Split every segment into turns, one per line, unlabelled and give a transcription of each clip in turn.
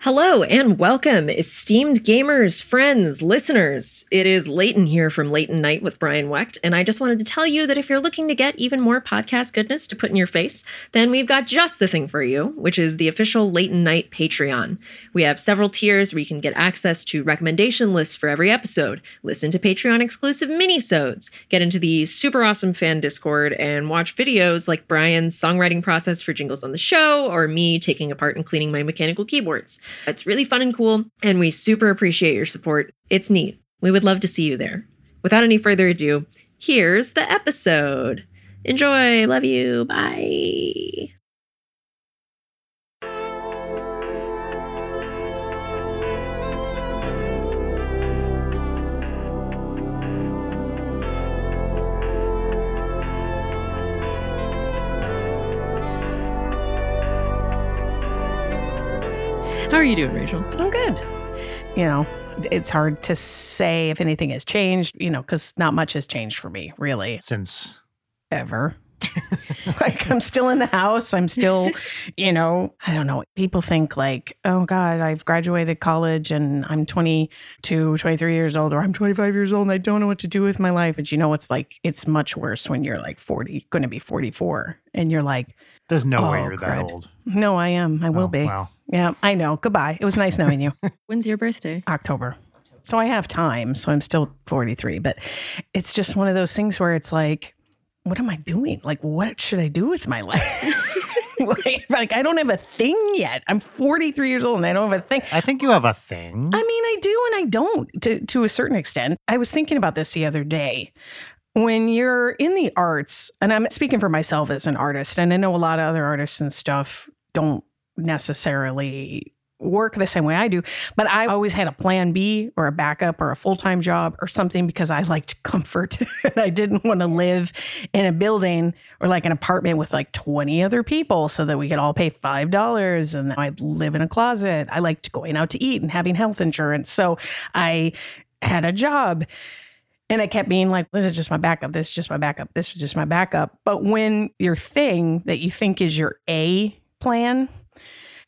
Hello and welcome, esteemed gamers, friends, listeners. It is Leighton here from Leighton Night with Brian Wecht, and I just wanted to tell you that if you're looking to get even more podcast goodness to put in your face, then we've got just the thing for you, which is the official Leighton Night Patreon. We have several tiers where you can get access to recommendation lists for every episode, listen to Patreon exclusive minisodes, get into the super awesome fan Discord, and watch videos like Brian's songwriting process for jingles on the show or me taking apart and cleaning my mechanical keyboards. It's really fun and cool, and we super appreciate your support. It's neat. We would love to see you there. Without any further ado, here's the episode. Enjoy. Love you. Bye. How are you doing, Rachel?
I'm good. You know, it's hard to say if anything has changed, you know, because not much has changed for me, really,
since
ever. like, I'm still in the house. I'm still, you know, I don't know. People think, like, oh God, I've graduated college and I'm 22, 23 years old, or I'm 25 years old and I don't know what to do with my life. But you know, it's like, it's much worse when you're like 40, going to be 44. And you're like,
there's no way
Oh,
you're that
crud.
old.
no, I am. I will
Oh,
be.
Wow.
Yeah, I know. Goodbye. It was nice knowing you.
When's your birthday?
October. So I have time. So I'm still 43, but it's just one of those things where it's like, what am I doing? Like, what should I do with my life? like, like, I don't have a thing yet. I'm 43 years old and I don't have a thing.
I think you have a thing.
I mean, I do and I don't to, to a certain extent. I was thinking about this the other day. When you're in the arts, and I'm speaking for myself as an artist, and I know a lot of other artists and stuff don't necessarily work the same way I do, but I always had a plan B or a backup or a full time job or something because I liked comfort. and I didn't want to live in a building or like an apartment with like 20 other people so that we could all pay $5 and I'd live in a closet. I liked going out to eat and having health insurance. So I had a job and I kept being like, this is just my backup. This is just my backup. This is just my backup. But when your thing that you think is your A plan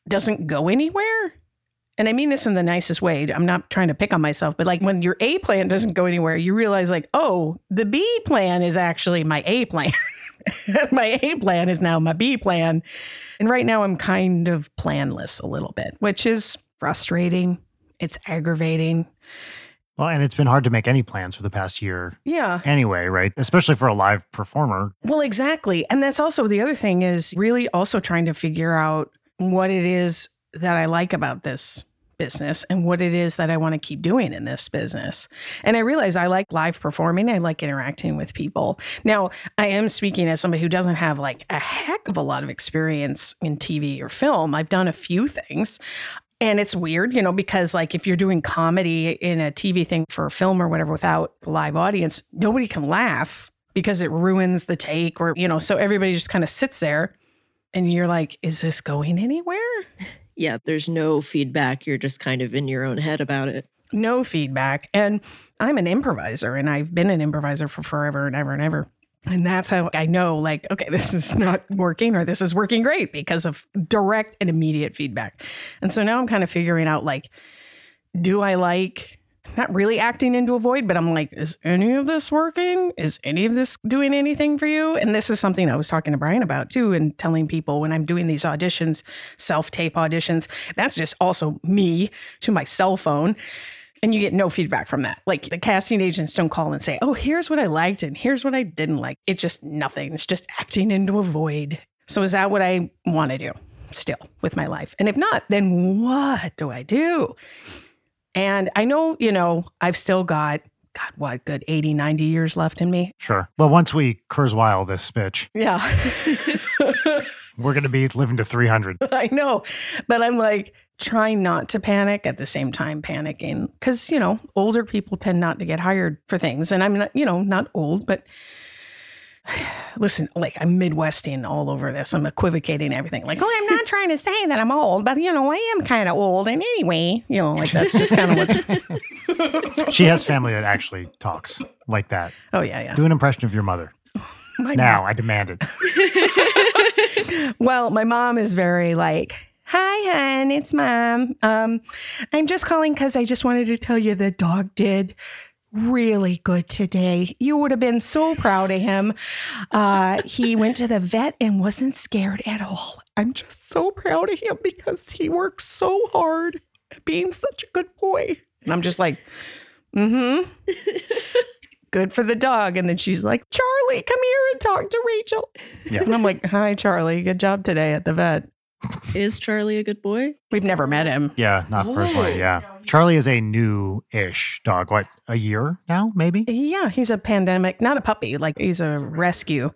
doesn't go anywhere, and I mean this in the nicest way, I'm not trying to pick on myself, but like when your A plan doesn't go anywhere, you realize, like, oh, the B plan is actually my A plan. my A plan is now my B plan. And right now I'm kind of planless a little bit, which is frustrating. It's aggravating.
well, and it's been hard to make any plans for the past year
Yeah.
anyway, right? Especially for a live performer.
Well, exactly. And that's also the other thing is really also trying to figure out what it is that I like about this business and what it is that I want to keep doing in this business. And I realize I like live performing, I like interacting with people. Now, I am speaking as somebody who doesn't have like a heck of a lot of experience in TV or film. I've done a few things. And it's weird, you know, because like if you're doing comedy in a TV thing for a film or whatever without a live audience, nobody can laugh because it ruins the take or, you know, so everybody just kind of sits there and you're like, is this going anywhere?
Yeah, there's no feedback. You're just kind of in your own head about it.
no feedback. And I'm an improviser and I've been an improviser for forever and ever and ever. And that's how I know, like, okay, this is not working or this is working great because of direct and immediate feedback. And so now I'm kind of figuring out, like, do I like not really acting into a void, but I'm like, is any of this working? Is any of this doing anything for you? And this is something I was talking to Brian about too, and telling people when I'm doing these auditions, self tape auditions, that's just also me to my cell phone and you get no feedback from that. Like the casting agents don't call and say, "Oh, here's what I liked and here's what I didn't like." It's just nothing. It's just acting into a void. So is that what I want to do still with my life? And if not, then what do I do? And I know, you know, I've still got god what good 80, 90 years left in me.
Sure. Well, once we Kurzweil this bitch,
Yeah.
we're going to be living to 300.
I know. But I'm like trying not to panic at the same time panicking because, you know, older people tend not to get hired for things. And I'm not, you know, not old, but listen, like I'm Midwesting all over this. I'm equivocating everything. Like, oh, I'm not trying to say that I'm old, but, you know, I am kind of old. And anyway, you know, like that's just kind of what's,
she has family that actually talks like that.
oh, yeah, yeah.
Do an impression of your mother.
My
Now, I demand it.
well, my mom is very like, Hi, hon. It's mom. Um, I'm just calling because I just wanted to tell you the dog did really good today. You would have been so proud of him. Uh, he went to the vet and wasn't scared at all. I'm just so proud of him because he works so hard at being such a good boy. And I'm just like, mm hmm. Good for the dog. And then she's like, Charlie, come here and talk to Rachel.
Yeah.
And I'm like, hi, Charlie. Good job today at the vet.
Is Charlie a good boy?
We've never met him.
Yeah, not
Oh.
personally. Yeah. Charlie is a new ish dog. What, a year now, maybe?
Yeah, he's a pandemic, not a puppy. Like he's a rescue.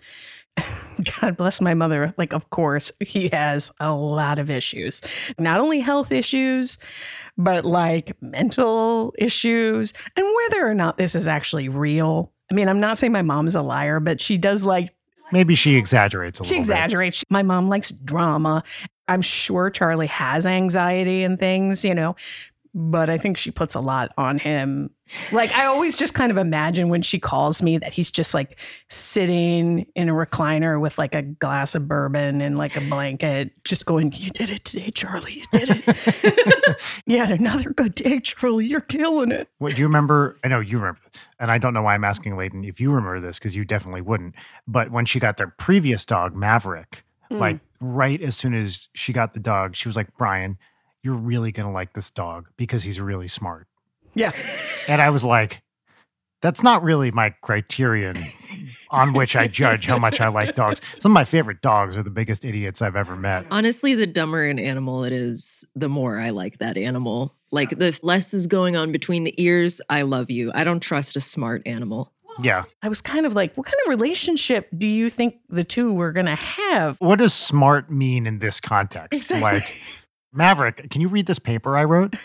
God bless my mother. Like, of course, he has a lot of issues. Not only health issues, but like mental issues. And whether or not this is actually real. I mean, I'm not saying my mom's a liar, but she does like
Maybe she exaggerates a
she
little bit.
exaggerates. She- My mom likes drama. I'm sure Charlie has anxiety and things, you know, but I think she puts a lot on him. Like, I always just kind of imagine when she calls me that he's just like sitting in a recliner with like a glass of bourbon and like a blanket, just going, You did it today, Charlie. You did it. you had another good day, Charlie. You're killing it.
What do you remember? I know you remember, and I don't know why I'm asking Layton if you remember this because you definitely wouldn't. But when she got their previous dog, Maverick,
Mm.
like right as soon as she got the dog, she was like, Brian, you're really going to like this dog because he's really smart.
Yeah.
And I was like, that's not really my criterion on which I judge how much I like dogs. Some of my favorite dogs are the biggest idiots I've ever met.
Honestly, the dumber an animal it is, the more I like that animal. Like the less is going on between the ears, I love you. I don't trust a smart animal.
Yeah.
I was kind of like, What kind of relationship do you think the two were going to have?
What does smart mean in this context? Like, Maverick, can you read this paper I wrote?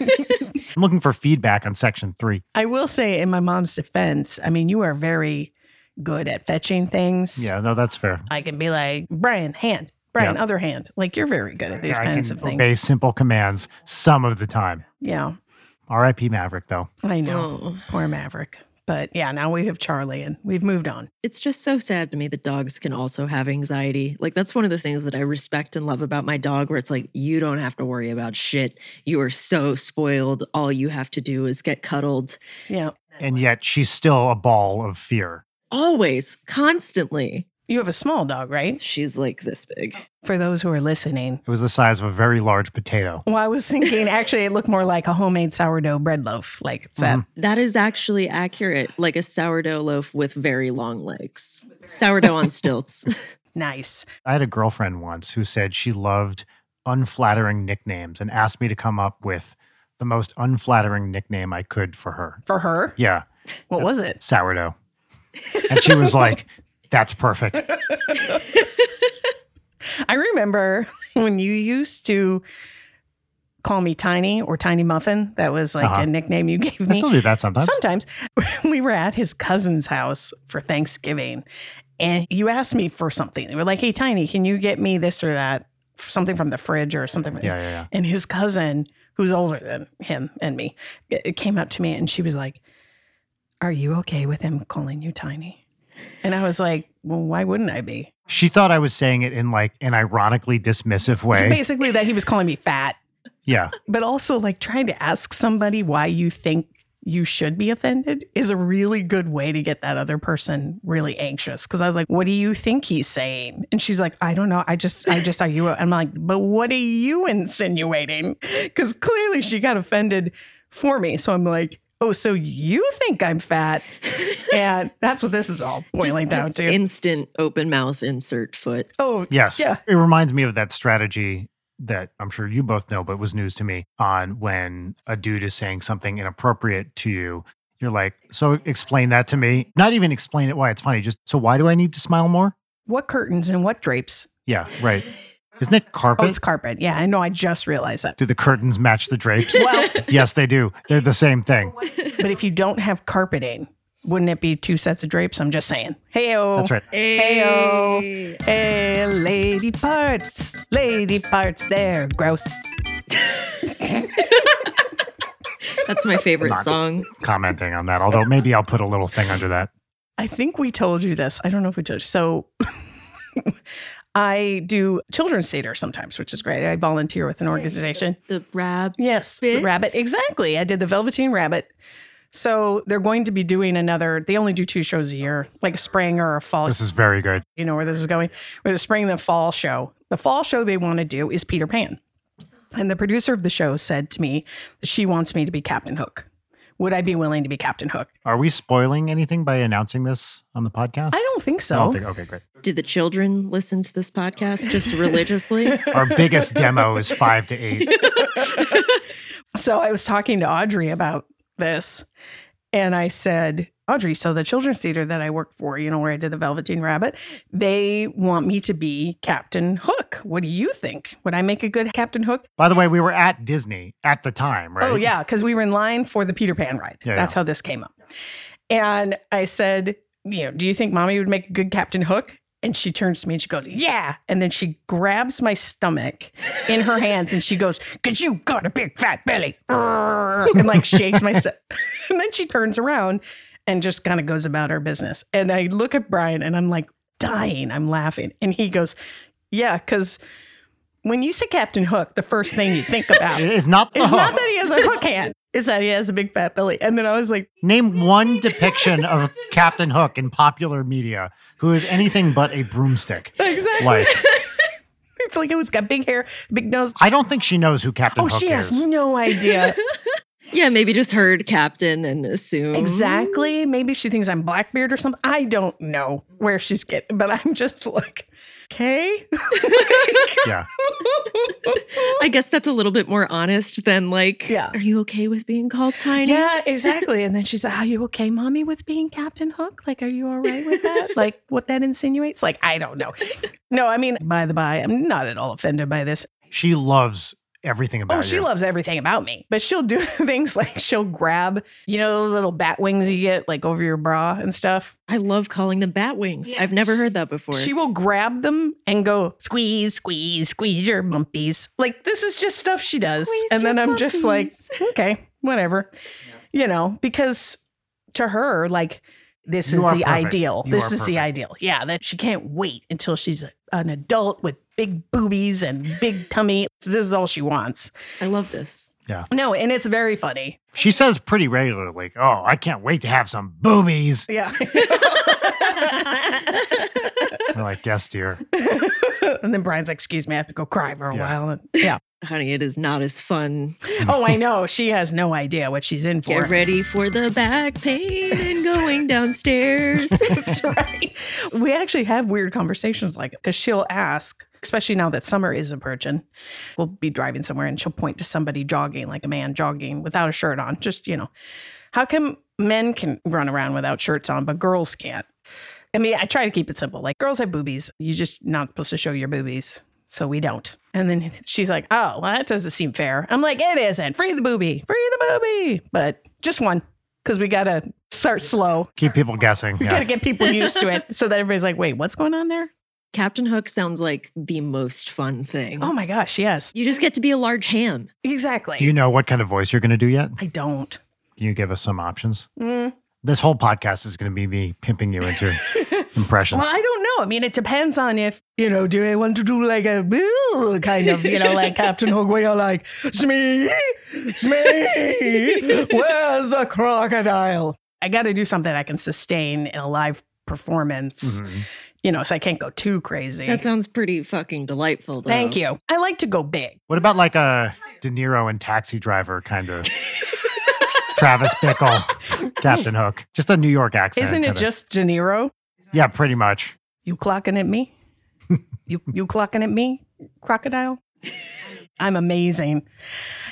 I'm looking for feedback on section three.
I will say, in my mom's defense, I mean, you are very good at fetching things.
Yeah, no, that's fair.
I can be like, Brian, hand, Brian,
Yeah.
other hand. Like, you're very good at these
I
kinds
can
of things.
Obey simple commands some of the time.
Yeah,
R.I.P. Maverick, though.
I know.
No.
Poor Maverick. But yeah, now we have Charlie and we've moved on.
It's just so sad to me that dogs can also have anxiety. Like that's one of the things that I respect and love about my dog where it's like you don't have to worry about shit. You are so spoiled. All you have to do is get cuddled.
Yeah.
And yet she's still a ball of fear.
Always, constantly.
You have a small dog, right?
She's like this big.
For those who are listening,
It was the size of a very large potato.
well, I was thinking actually it looked more like a homemade sourdough bread loaf. Like it's
Mm-hmm.
that.
That is actually accurate. Like a sourdough loaf with very long legs. Sourdough on stilts.
Nice.
I had a girlfriend once who said she loved unflattering nicknames and asked me to come up with the most unflattering nickname I could for her.
For her,
Yeah,
what was it?
sourdough. And she was like, that's perfect.
I remember when you used to call me Tiny or Tiny Muffin. That was like
Uh-huh.
a nickname you gave
I
me.
still do that sometimes.
Sometimes we were at his cousin's house for Thanksgiving and you asked me for something. You were like, hey, Tiny, can you get me this or that? Something from the fridge or something.
Yeah, yeah, yeah.
And his cousin, who's older than him and me, it- it came up to me and she was like, Are you okay with him calling you Tiny? And I was like, Well, why wouldn't I be?
She thought I was saying it in like an ironically dismissive way.
Basically, that he was calling me fat.
Yeah.
but also like trying to ask somebody why you think you should be offended is a really good way to get that other person really anxious because i was like what do you think he's saying and she's like i don't know i just i just are you i'm like but what are you insinuating because clearly she got offended for me so i'm like oh so you think i'm fat and that's what this is all
Just-
boiling down
just
to
Instant open mouth, insert foot.
oh
Yes.
Yeah.
It reminds me of that strategy that I'm sure you both know, but was news to me on when a dude is saying something inappropriate to you. You're like, so explain that to me. Not even explain it why it's funny. Just, so why do I need to smile more?
what curtains and what drapes
Yeah, right. Isn't it
oh
carpet?
it's carpet yeah i know i just realized that
do the curtains match the drapes?
well
yes, they do. They're the same thing.
Oh, But if you don't have carpeting, wouldn't it be two sets of drapes? I'm just saying. Hey,
That's right.
Heyo.
Hey.
Hey, lady parts. Lady parts, they're gross.
That's my favorite
Not-
song.
Commenting on that, although maybe I'll put a little thing under that.
I think we told you this. I don't know if we told you. So I do children's theater sometimes, which is great. I volunteer with an organization.
The rab.
Yes, the
Bits?
rabbit. Exactly. I did the Velveteen Rabbit. So they're going to be doing another. They only do two shows a year, like a spring or a fall.
This is very good.
You know where this is going. With the spring, and the fall show. The fall show they want to do is Peter Pan. And the producer of the show said to me that she wants me to be Captain Hook. Would I be willing to be Captain Hook?
Are we spoiling anything by announcing this on the podcast?
I don't think so.
I don't think. Okay, great.
Do the children listen to this podcast just religiously?
Our biggest demo is five to eight.
So I was talking to Audrey about this, and I said, Audrey, so the children's theater that I work for, you know, where I did the Velveteen Rabbit, they want me to be Captain Hook. What do you think? Would I make a good Captain Hook?
By the way, we were at Disney at the time, right?
Oh, yeah, because we were in line for the Peter Pan ride.
Yeah,
That's
yeah.
how this came up. And I said, you know, do you think mommy would make a good Captain Hook? And she turns to me and she goes, Yeah. And then she grabs my stomach in her hands and she goes, Cause you got a big fat belly. Urgh, And like shakes my st- And then she turns around and just kind of goes about her business. And I look at Brian and I'm like dying. I'm laughing. And he goes, Yeah, because when you say Captain Hook, the first thing you think about
It
is
is not the hook.
not that he has a hook hand, it's that he has a big fat belly. And then I was like,
Name one depiction of Captain Hook in popular media who is anything but a broomstick.
Exactly.
Like,
It's like it was got big hair, big nose.
I don't think she knows who Captain
Oh,
Hook
she has
is.
no idea.
yeah, maybe just heard Captain and assume.
exactly. Maybe she thinks I'm Blackbeard or something. I don't know where she's getting, but I'm just like, okay.
Yeah.
I guess that's a little bit more honest than like,
Yeah.
are you okay with being called tiny?
yeah, exactly. And then she's like, Are you okay, mommy, with being Captain Hook? Like, are you all right with that? like, what that insinuates? Like, I don't know. No, I mean, by the by, I'm not at all offended by this.
She loves everything about
Oh,
you.
she loves everything about me. But she'll do things like she'll grab, you know, the little bat wings you get like over your bra and stuff.
I love calling them bat wings. I've never heard that before.
She will grab them and go squeeze, squeeze, squeeze your bumpies. Like this is just stuff she does.
Squeeze
and then
your
I'm just like,
bumpies.
okay, whatever. You know, because to her, like this
You
is
are
the
perfect.
ideal.
You
this
are
is the
perfect.
ideal. Yeah, that she can't wait until she's a, an adult with big boobies and big tummy. This is all she wants.
I love this.
No, and it's very funny.
She says pretty regularly, like, oh, I can't wait to have some boobies.
Yeah.
We're like, yes, dear.
and then Brian's like, excuse me, I have to go cry for a
Yeah.
while. And- yeah.
Honey, it is not as fun.
Oh, I know. She has no idea what she's in for.
Get ready for the back pain and going downstairs.
That's right. We actually have weird conversations like it because she'll ask, especially now that summer is approaching, we'll be driving somewhere and she'll point to somebody jogging, like a man jogging without a shirt on. Just, you know, how come men can run around without shirts on, but girls can't? I mean, I try to keep it simple. Like girls have boobies. You're just not supposed to show your boobies. So we don't. And then she's like, oh, well, that doesn't seem fair. I'm like, it isn't. Free the boobie. Free the boobie. But just one because we got to start slow.
Keep people guessing.
You got
Yeah.
to get people used to it so that everybody's like, wait, what's going on there?
Captain Hook sounds like the most fun thing.
Oh my gosh, yes.
You just get to be a large ham.
Exactly.
Do you know what kind of voice you're going to do yet?
I don't.
Can you give us some options?
Mm.
This whole podcast is going to be me pimping you into impressions.
Well, I don't know. I mean, it depends on if, you know, do I want to do like a boo kind of, you know, like Captain Hook, where you're like, Smee, Smee, where's the crocodile? I got to do something I can sustain in a live performance,
Mhm.
you know, so I can't go too crazy.
That sounds pretty fucking delightful, though.
Thank you. I like to go big.
What about like a De Niro and Taxi Driver kind of Travis Bickle, Captain Hook? Just a New York accent.
Isn't it
kinda.
just De Niro?
Yeah, pretty much.
You clocking at me? you you clocking at me, crocodile? I'm amazing.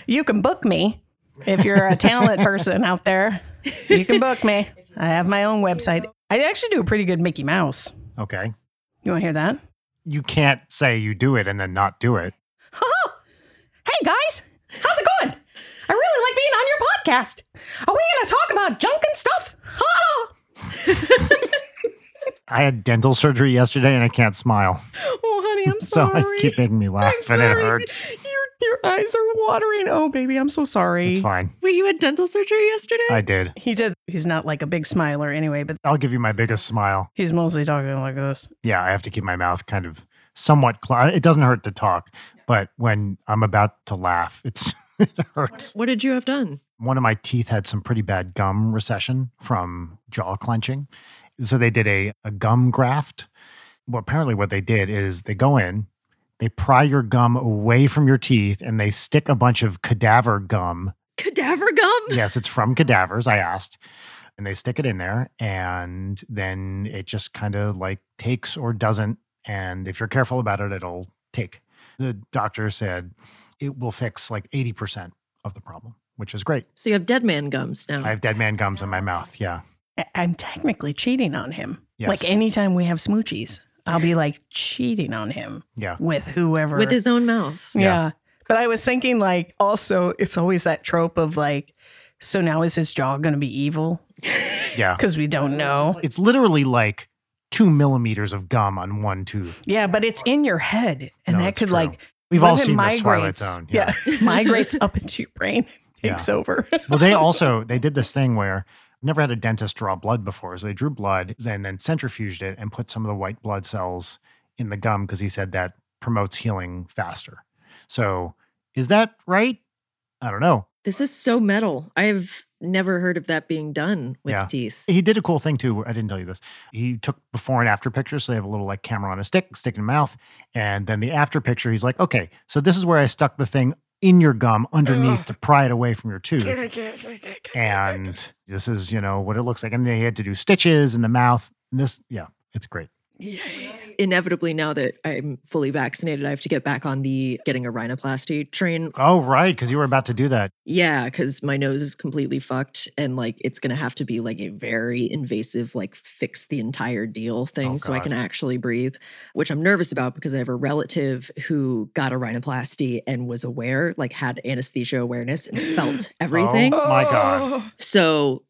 You can book me if you're a talent person out there. You can book me. I have my own website. I actually do a pretty good Mickey Mouse.
Okay.
You want to hear that?
You can't say you do it and then not do it.
Hey guys, how's it going? I really like being on your podcast. Are we going to talk about junk and stuff?
I had dental surgery yesterday and I can't smile.
oh, honey, I'm
So
sorry.
I keep making me laugh
I'm
and
sorry.
it hurts.
Your, your eyes are watering. Oh, baby, I'm so sorry.
It's fine.
Wait, you had dental surgery yesterday?
I did.
He did. He's not like a big smiler anyway, but
I'll give you my biggest smile.
he's mostly talking like this.
Yeah, I have to keep my mouth kind of somewhat cl- it doesn't hurt to talk but when i'm about to laugh it's it hurts
What did you have done?
one of my teeth had some pretty bad gum recession from jaw clenching so they did a, a gum graft well apparently what they did is they go in they pry your gum away from your teeth and they stick a bunch of cadaver gum
Cadaver gum?
yes, it's from cadavers. I asked. And they stick it in there and then it just kind of like takes or doesn't. And if you're careful about it, it'll take. The doctor said it will fix like 80% of the problem, which is great.
So you have dead man gums
Oh,
now.
I have dead man gums in my mouth. Yeah.
I- I'm technically cheating on him.
Yes.
Like anytime we have smoochies, I'll be like cheating on him
Yeah.
with whoever.
With his own mouth.
yeah.
Yeah.
But I was thinking, like, also, it's always that trope of like, so now is his jaw going to be evil?
Yeah.
Because we don't know.
It's literally like two millimeters of gum on one tooth.
Yeah, but it's in your head, and
No,
that
it's
could
true.
like
We've
what
all
if it
seen this Twilight
migrates-
Zone.
Yeah, migrates up into your brain,
Yeah.
takes over.
well, they also they did this thing where I've never had a dentist draw blood before, so they drew blood and then centrifuged it and put some of the white blood cells in the gum because he said that promotes healing faster. So is that right? I don't know.
This is so metal. I've never heard of that being done with
Yeah.
teeth.
He did a cool thing too. I didn't tell you this. He took before and after pictures. So they have a little like camera on a stick, stick in mouth. And then the after picture, he's like, okay, so this is where I stuck the thing in your gum underneath to pry it away from your tooth. and this is, you know, what it looks like. And they had to do stitches in the mouth. And this, yeah, it's great.
Inevitably, now that I'm fully vaccinated, I have to get back on the getting a rhinoplasty train.
Oh, right. Cause you were about to do that.
Yeah, because my nose is completely fucked and like it's going to have to be like a very invasive, like fix the entire deal thing
Oh,
so I
God.
can actually breathe, which I'm nervous about because I have a relative who got a rhinoplasty and was aware, like had anesthesia awareness and felt everything.
Oh my God.
So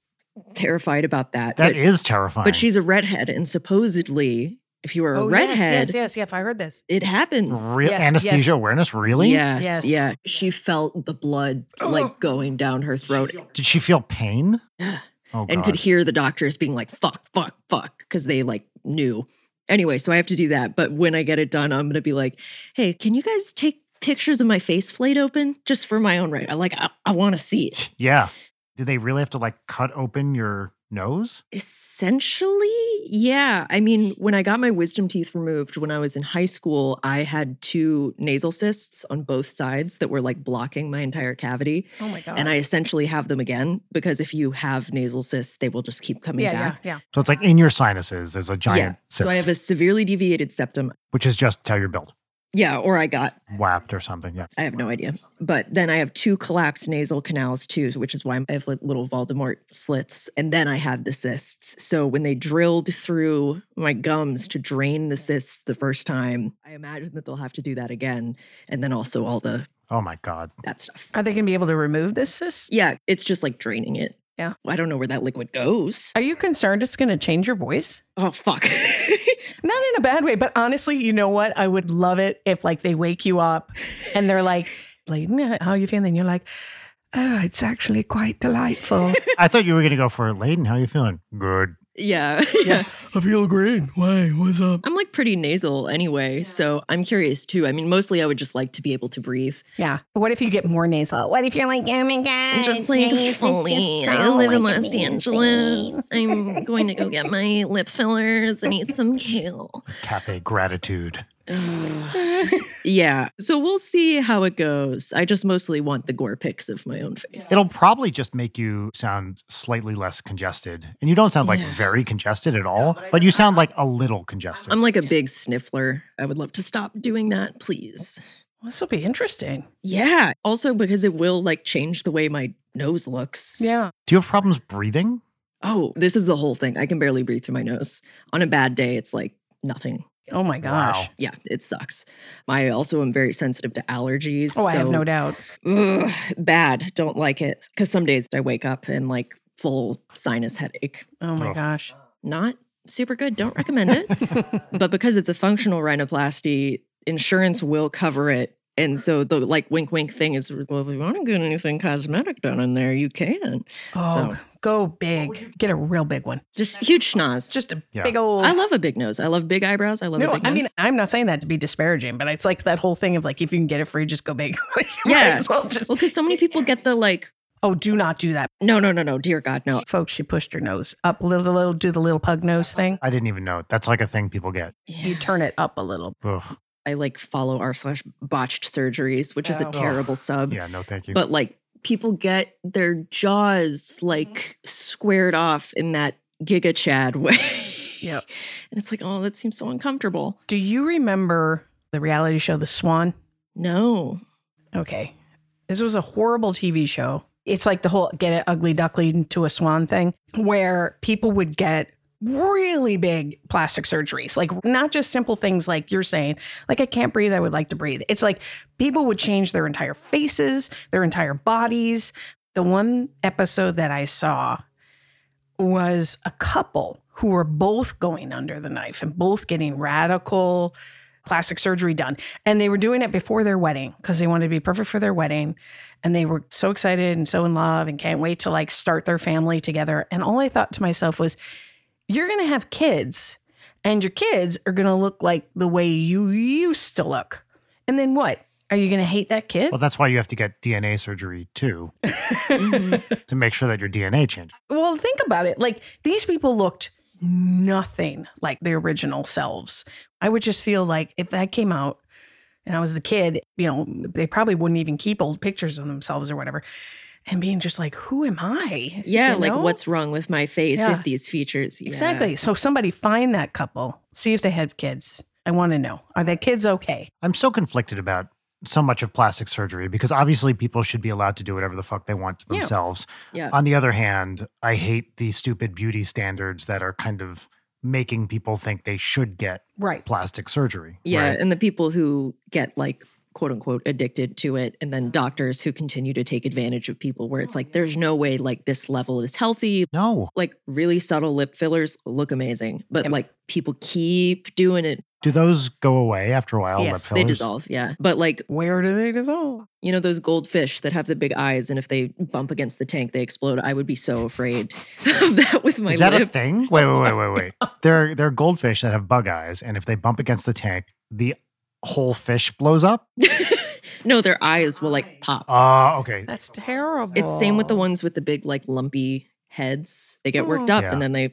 terrified about that.
That
but,
is terrifying.
but she's a redhead and supposedly if you were a
Oh, yes,
redhead,
Yes, yes, yes. I heard this.
it happens.
Re-
Yes,
anesthesia
yes.
awareness. Really?
Yes,
Yes.
Yeah. She felt the blood
Oh.
like going down her throat
Did she feel pain?
Yeah.
Oh, God.
and could hear the doctors being like, fuck, fuck, fuck, because they like knew. Anyway, so I have to do that. But when I get it done, I'm going to be like, hey, can you guys take pictures of my face flayed open just for my own right? I like, I, I want to see it.
Yeah. Do they really have to like cut open your nose?
Essentially, yeah. I mean, when I got my wisdom teeth removed when I was in high school, I had two nasal cysts on both sides that were like blocking my entire cavity.
Oh my God.
And I essentially have them again because if you have nasal cysts, they will just keep coming
yeah,
back.
yeah, yeah.
So it's like in your sinuses, there's a giant cyst,
So I have a severely deviated septum.
which is just how you're built,
Yeah, or I got,
whapped or something. Yeah.
I have no idea. But then I have two collapsed nasal canals too, which is why I have like little Voldemort slits. And then I had the cysts. So when they drilled through my gums to drain the cysts the first time, I imagine that they'll have to do that again. And then also all the
Oh my God.
that stuff.
Are they going to be able to remove this cyst?
Yeah, it's just like draining it.
Yeah.
I don't know where that liquid goes.
Are you concerned it's going to change your voice?
Oh, fuck.
Not in a bad way, but honestly, you know what? I would love it if like they wake you up and they're like, Layden, how are you feeling? You're like, oh, it's actually quite delightful.
I thought you were going to go for it. Layden, how you feeling? Good.
yeah. Yeah.
I feel great. Why? What's up?
I'm like pretty nasal anyway, so I'm curious too. I mean, mostly I would just like to be able to breathe.
Yeah. What if you get more nasal? What if you're like, oh my God.
just like fully. I live in Los Angeles. I'm going to go get my lip fillers and eat some kale.
Cafe gratitude.
yeah. So we'll see how it goes. I just mostly want the gore pics of my own face.
It'll probably just make you sound slightly less congested. And you don't sound like
Yeah.
very congested at all, but, you sound like a little congested.
I'm like a big sniffler. I would love to stop doing that, please.
This will be interesting.
Yeah. Also, because it will like change the way my nose looks.
Yeah.
Do you have problems breathing?
Oh, this is the whole thing. I can barely breathe through my nose. On a bad day, it's like nothing.
Oh my gosh.
Wow.
Yeah, it sucks. I also am very sensitive to allergies.
Oh, I have
so-
no doubt.
Ugh, bad. Don't like it. Because some days I wake up and like full sinus headache.
Oh my
Ugh.
gosh.
Not super good. Don't recommend it. but because it's a functional rhinoplasty, insurance will cover it And so the like wink wink thing is well, if you want to get anything cosmetic done in there, you can.
Oh,
So-
go big. Get a real big one.
Just huge schnoz.
Just a
Yeah.
big old.
I love a big nose. I love big eyebrows. I love a
no,
big
I
nose.
mean, I'm not saying that to be disparaging, but it's like that whole thing of like, if you can get it free, just go big. Like, you might
Yeah.
as well just,
well, because so many people get the like,
oh, do not do that.
no, no, no, no, dear God, no.
Folks, she pushed her nose up a little, little do the little pug nose thing.
I didn't even know it. That's like a thing people get.
You
Yeah.
turn it up a little.
Ugh.
I like follow r slash botched surgeries, which is a
Oh.
terrible sub.
Yeah, no, thank you.
But like people get their jaws like squared off in that Giga Chad way.
Yep.
And it's like, oh, that seems so uncomfortable.
Do you remember the reality show, The Swan?
No.
Okay. This was a horrible TV show. It's like the whole get an ugly duckling into a swan thing where people would get really big plastic surgeries. Like not just simple things like you're saying, like I can't breathe, I would like to breathe. It's like people would change their entire faces, their entire bodies. The one episode that I saw was a couple who were both going under the knife and both getting radical plastic surgery done. And they were doing it before their wedding because they wanted to be perfect for their wedding. And they were so excited and so in love and can't wait to like start their family together. And all I thought to myself was, you're going to have kids and your kids are going to look like the way you used to look. And then what? Are you going to hate that kid?
well, that's why you have to get DNA surgery too
Mhm.
to make sure that your DNA changes.
Well, think about it. Like these people looked nothing like their original selves. I would just feel like if that came out and I was the kid, you know, they probably wouldn't even keep old pictures of themselves or whatever. And being just like, who am I?
Yeah,
You
like
know?
what's wrong with my face
Yeah.
if these features? Yeah.
exactly. So somebody find that couple, see if they had kids. I want to know. Are their kids okay?
I'm so conflicted about so much of plastic surgery because obviously people should be allowed to do whatever the fuck they want to
Yeah.
themselves.
Yeah.
On the other hand, I hate the stupid beauty standards that are kind of making people think they should get
Right.
plastic surgery.
Yeah,
right?
and the people who get like quote unquote addicted to it and then doctors who continue to take advantage of people where it's like there's no way like this level is healthy.
No.
Like really subtle lip fillers look amazing, but
Yep.
like people keep doing it.
Do those go away after a while? lip
Yes,
They
fillers?
dissolve, yeah. But like,
Where do they dissolve?
you know those goldfish that have the big eyes and if they bump against the tank they explode. I would be so afraid of that with my
Is that
lips.
a thing? Wait, wait, wait, wait, wait. there, are, there are goldfish that have bug eyes, and if they bump against the tank, the whole fish blows up.
no, their eyes will like pop.
Ah, okay.
That's terrible.
It's same
Oh.
with the ones with the big like lumpy heads. They get worked
Oh.
up
Yeah.
and then they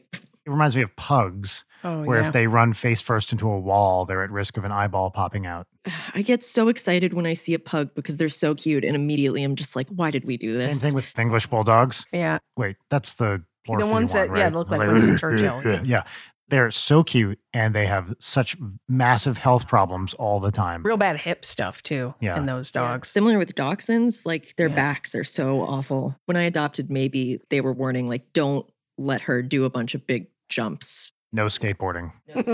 It reminds me of pugs,
Oh,
where
yeah.
if they run face first into a wall, they're at risk of an eyeball popping out.
I get so excited when I see a pug because they're so cute and immediately I'm just like why did we do this?
Same thing with English bulldogs.
yeah.
Wait, that's the
The
Lorpheus
ones that-
one,
yeah,
right?
look like Winston Churchill.
yeah, they're so cute, and they have such massive health problems all the time.
Real bad hip stuff too
Yeah.
in those
Yeah.
dogs.
Similar with dachshunds, like their
Yeah.
backs are so awful. When I adopted Maybe, they were warning like don't let her do a bunch of big jumps.
No skateboarding.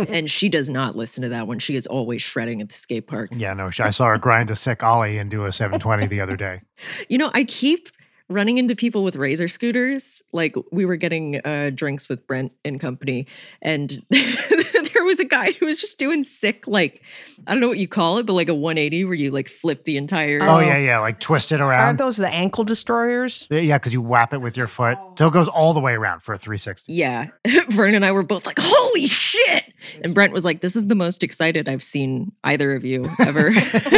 and she does not listen to that one. She is always shredding at the skate park.
Yeah, no. I saw her grind a sick ollie and do a 720 the other day.
You know, I keep running into people with razor scooters. Like we were getting uh, drinks with Brent and company, and there was a guy who was just doing sick, like I don't know what you call it, but like a 180 where you like flip the entire.
Oh,
Oh.
yeah, yeah, like twist it around.
Aren't those the ankle destroyers?
yeah, because you whap it with your foot,
Oh.
so it goes all the way around for a 360.
Yeah. Vern and I were both like, holy shit. And Brent was like, this is the most excited I've seen either of you ever.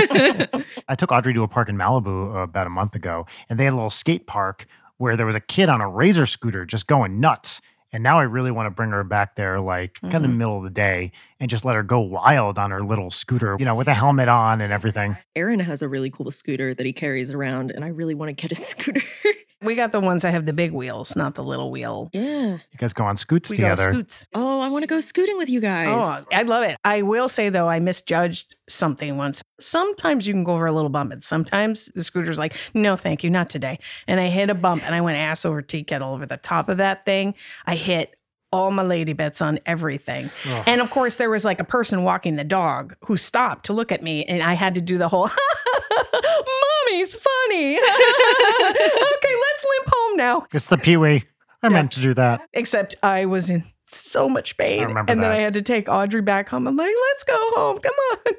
I took Audrey to a park in Malibu uh, about a month ago, and they had a little skate park where there was a kid on a razor scooter just going nuts. And now I really want to bring her back there, like kind
Mm-hmm.
of middle of the day, and just let her go wild on her little scooter, you know, with a helmet on and everything.
Aaron has a really cool scooter that he carries around, and I really want to get a scooter.
We got the ones that have the big wheels, not the little wheel.
yeah.
You guys go on scoots
We
together.
go scoots.
Oh, I want to go scooting with you guys.
Oh, I love it. I will say though, I misjudged something once. Sometimes you can go over a little bump, and sometimes the scooter's like, "No, thank you, not today." And I hit a bump, and I went ass over tea kettle over the top of that thing. I hit all my lady bets on everything.
Ugh.
And of course, there was like a person walking the dog who stopped to look at me, and I had to do the whole mommy's funny. okay, let's limp home now.
It's the Pee Wee. I meant to do that.
Except I was in so much pain.
I remember
and then
that.
I had to take Audrey back home. I'm like, let's go home. Come on.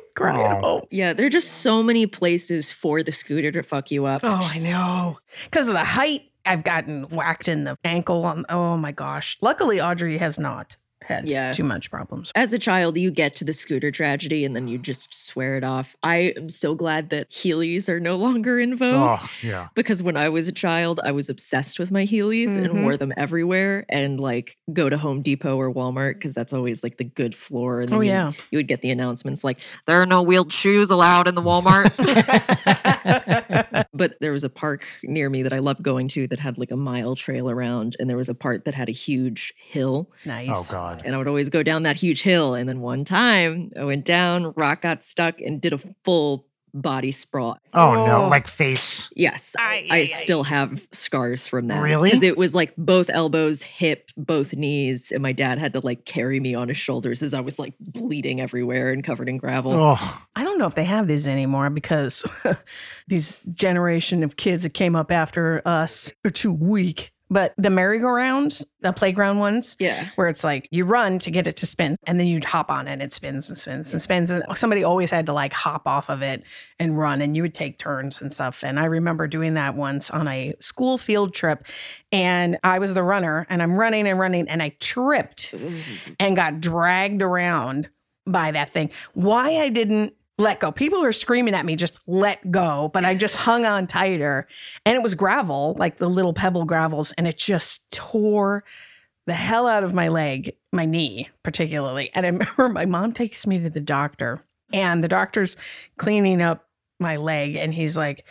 crying.
Oh.
Oh,
Yeah, there are just so many places for the scooter to fuck you up.
Oh, I know. Because of the height, I've gotten whacked in the ankle. Um, oh my gosh. Luckily, Audrey has not had
Yeah.
too much problems.
As a child, you get to the scooter tragedy and then you just swear it off. I am so glad that Heelys are no longer in vogue.
Oh, yeah.
Because when I was a child, I was obsessed with my Heelys
Mhm.
and wore them everywhere and like go to Home Depot or Walmart because that's always like the good floor. And then
Oh,
you-
yeah.
you would get the announcements like, there are no wheeled shoes allowed in the Walmart.
Oh,
but there was a park near me that I loved going to that had like a mile trail around. And there was a part that had a huge hill.
nice.
Oh, God.
And I would always go down that huge hill. And then one time I went down, rock got stuck, and did a full body sprawl.
Oh,
Oh.
no. Like face.
Yes.
Ay,
I
ay,
still have scars from that.
Really?
Because it was like both elbows, hip, both knees. And my dad had to like carry me on his shoulders as I was like bleeding everywhere and covered in gravel.
Oh,
I don't know if they have these anymore because these generation of kids that came up after us are too weak. But the merry-go-rounds, the playground ones,
Yeah.
where it's like you run to get it to spin and then you'd hop on it and it spins and spins and spins and somebody always had to like hop off of it and run and you would take turns and stuff and i remember doing that once on a school field trip and i was the runner and i'm running and running and i tripped and got dragged around by that thing why i didn't let go. People were screaming at me, just let go. But I just hung on tighter. And it was gravel, like the little pebble gravels. And it just tore the hell out of my leg, my knee particularly. And I remember my mom takes me to the doctor, and the doctor's cleaning up my leg, and he's like,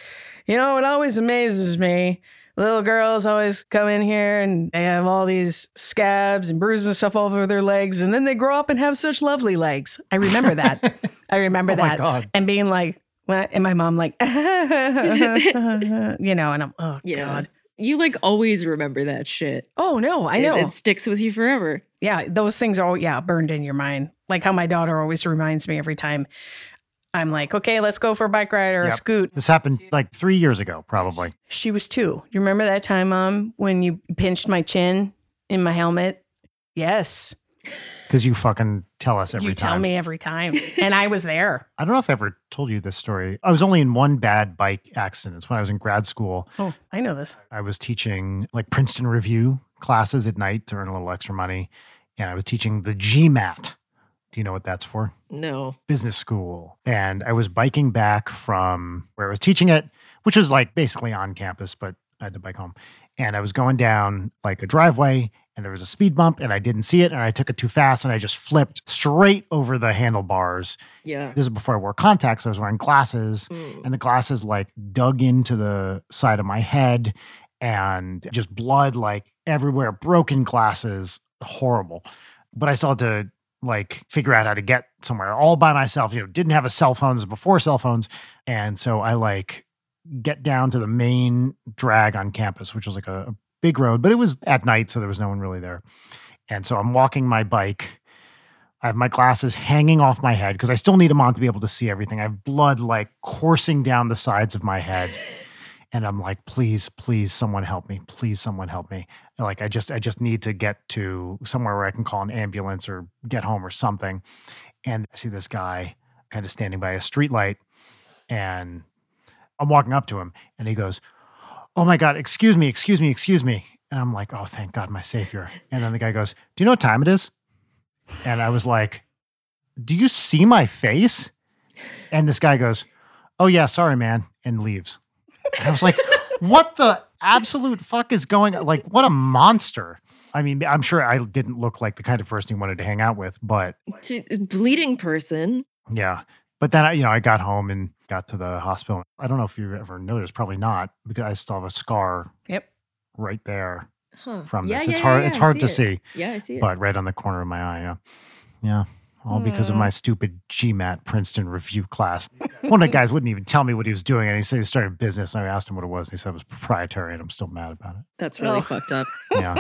You know, it always amazes me. Little girls always come in here and they have all these scabs and bruises and stuff all over their legs, and then they grow up and have such lovely legs. I remember that. I remember
oh my
that.
God.
And being like, what? And my mom, like, you know, and I'm, oh,
Yeah.
God.
You like always remember that shit.
Oh, no, I
It-
know.
It, sticks with you forever.
yeah, those things are all yeah, burned in your mind. Like how my daughter always reminds me every time I'm like, okay, let's go for a bike ride or a
Yep.
scoot.
This happened like three years ago, probably.
She was two. You remember that time, Mom, when you pinched my chin in my helmet? Yes.
Because you fucking tell us every
you
time.
tell me every time. and I was there.
I don't know if I ever told you this story. I was only in one bad bike accident. It's when I was in grad school.
Oh, I know this.
I was teaching like Princeton Review classes at night to earn a little extra money. And I was teaching the GMAT. Do you know what that's for?
No.
business school and I was biking back from where I was teaching it, which was like basically on campus, but I had to bike home. And I was going down like a driveway and there was a speed bump and I didn't see it and I took it too fast and I just flipped straight over the handlebars.
Yeah.
This is before I wore contacts, I was wearing glasses
Mm.
and the glasses like dug into the side of my head and just blood like everywhere broken glasses horrible but i still had to like figure out how to get somewhere all by myself you know didn't have a cell phone this was before cell phones and so i like get down to the main drag on campus which was like a, a big road but it was at night so there was no one really there and so i'm walking my bike I have my glasses hanging off my head because I still need them on to be able to see everything. I have blood like coursing down the sides of my head. And I'm like, please, please, someone help me. Please, someone help me. And, Like, I just, I just need to get to somewhere where I can call an ambulance or get home or something. And I see this guy kind of standing by a streetlight and I'm walking up to him and he goes, Oh my God, excuse me, excuse me, excuse me. And I'm like, Oh, thank God, my savior. And then the guy goes, Do you know what time it is? And I was like, Do you see my face? And this guy goes, Oh, yeah, sorry, man, and leaves. And I was like, What the absolute fuck is going on? Like, what a monster. I mean, I'm sure I didn't look like the kind of person he wanted to hang out with, but
T- uh, Bleeding person.
yeah. But then I, you know, I got home and got to the hospital. I don't know if you ever noticed, probably not, because I still have a scar
Yep.
right there
Huh.
from
yeah,
this.
yeah,
it's
yeah,
hard
yeah,
it's
I
hard to
it.
see,
Yeah, I see it.
but right on the corner of my eye, yeah. Yeah. All because of
Hmm.
my stupid GMAT Princeton review class. One of the guys wouldn't even tell me what he was doing. And he said he started a business. And I asked him what it was. And he said it was proprietary. And I'm still mad about it.
That's really
Oh.
fucked up.
Yeah.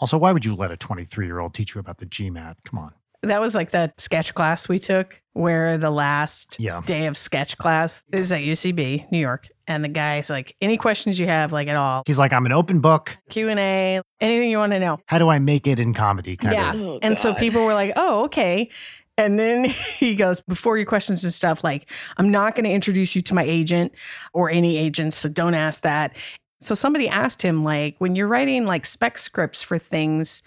also, why would you let a 23 year old teach you about the GMAT? Come on.
That was like that sketch class we took where the last
Yeah.
day of sketch class is at UCB, New York. And the guy's like, any questions you have, like at all,
He's like, I'm an open book.
Q and A, anything you want to know.
How do I make it in comedy? Kind
Yeah.
of.
Oh,
and so
God.
people were like, "Oh, okay." And then he goes, before your questions and stuff, like, I'm not going to introduce you to my agent or any agents, so don't ask that. So somebody asked him, like, when you're writing like spec scripts for things,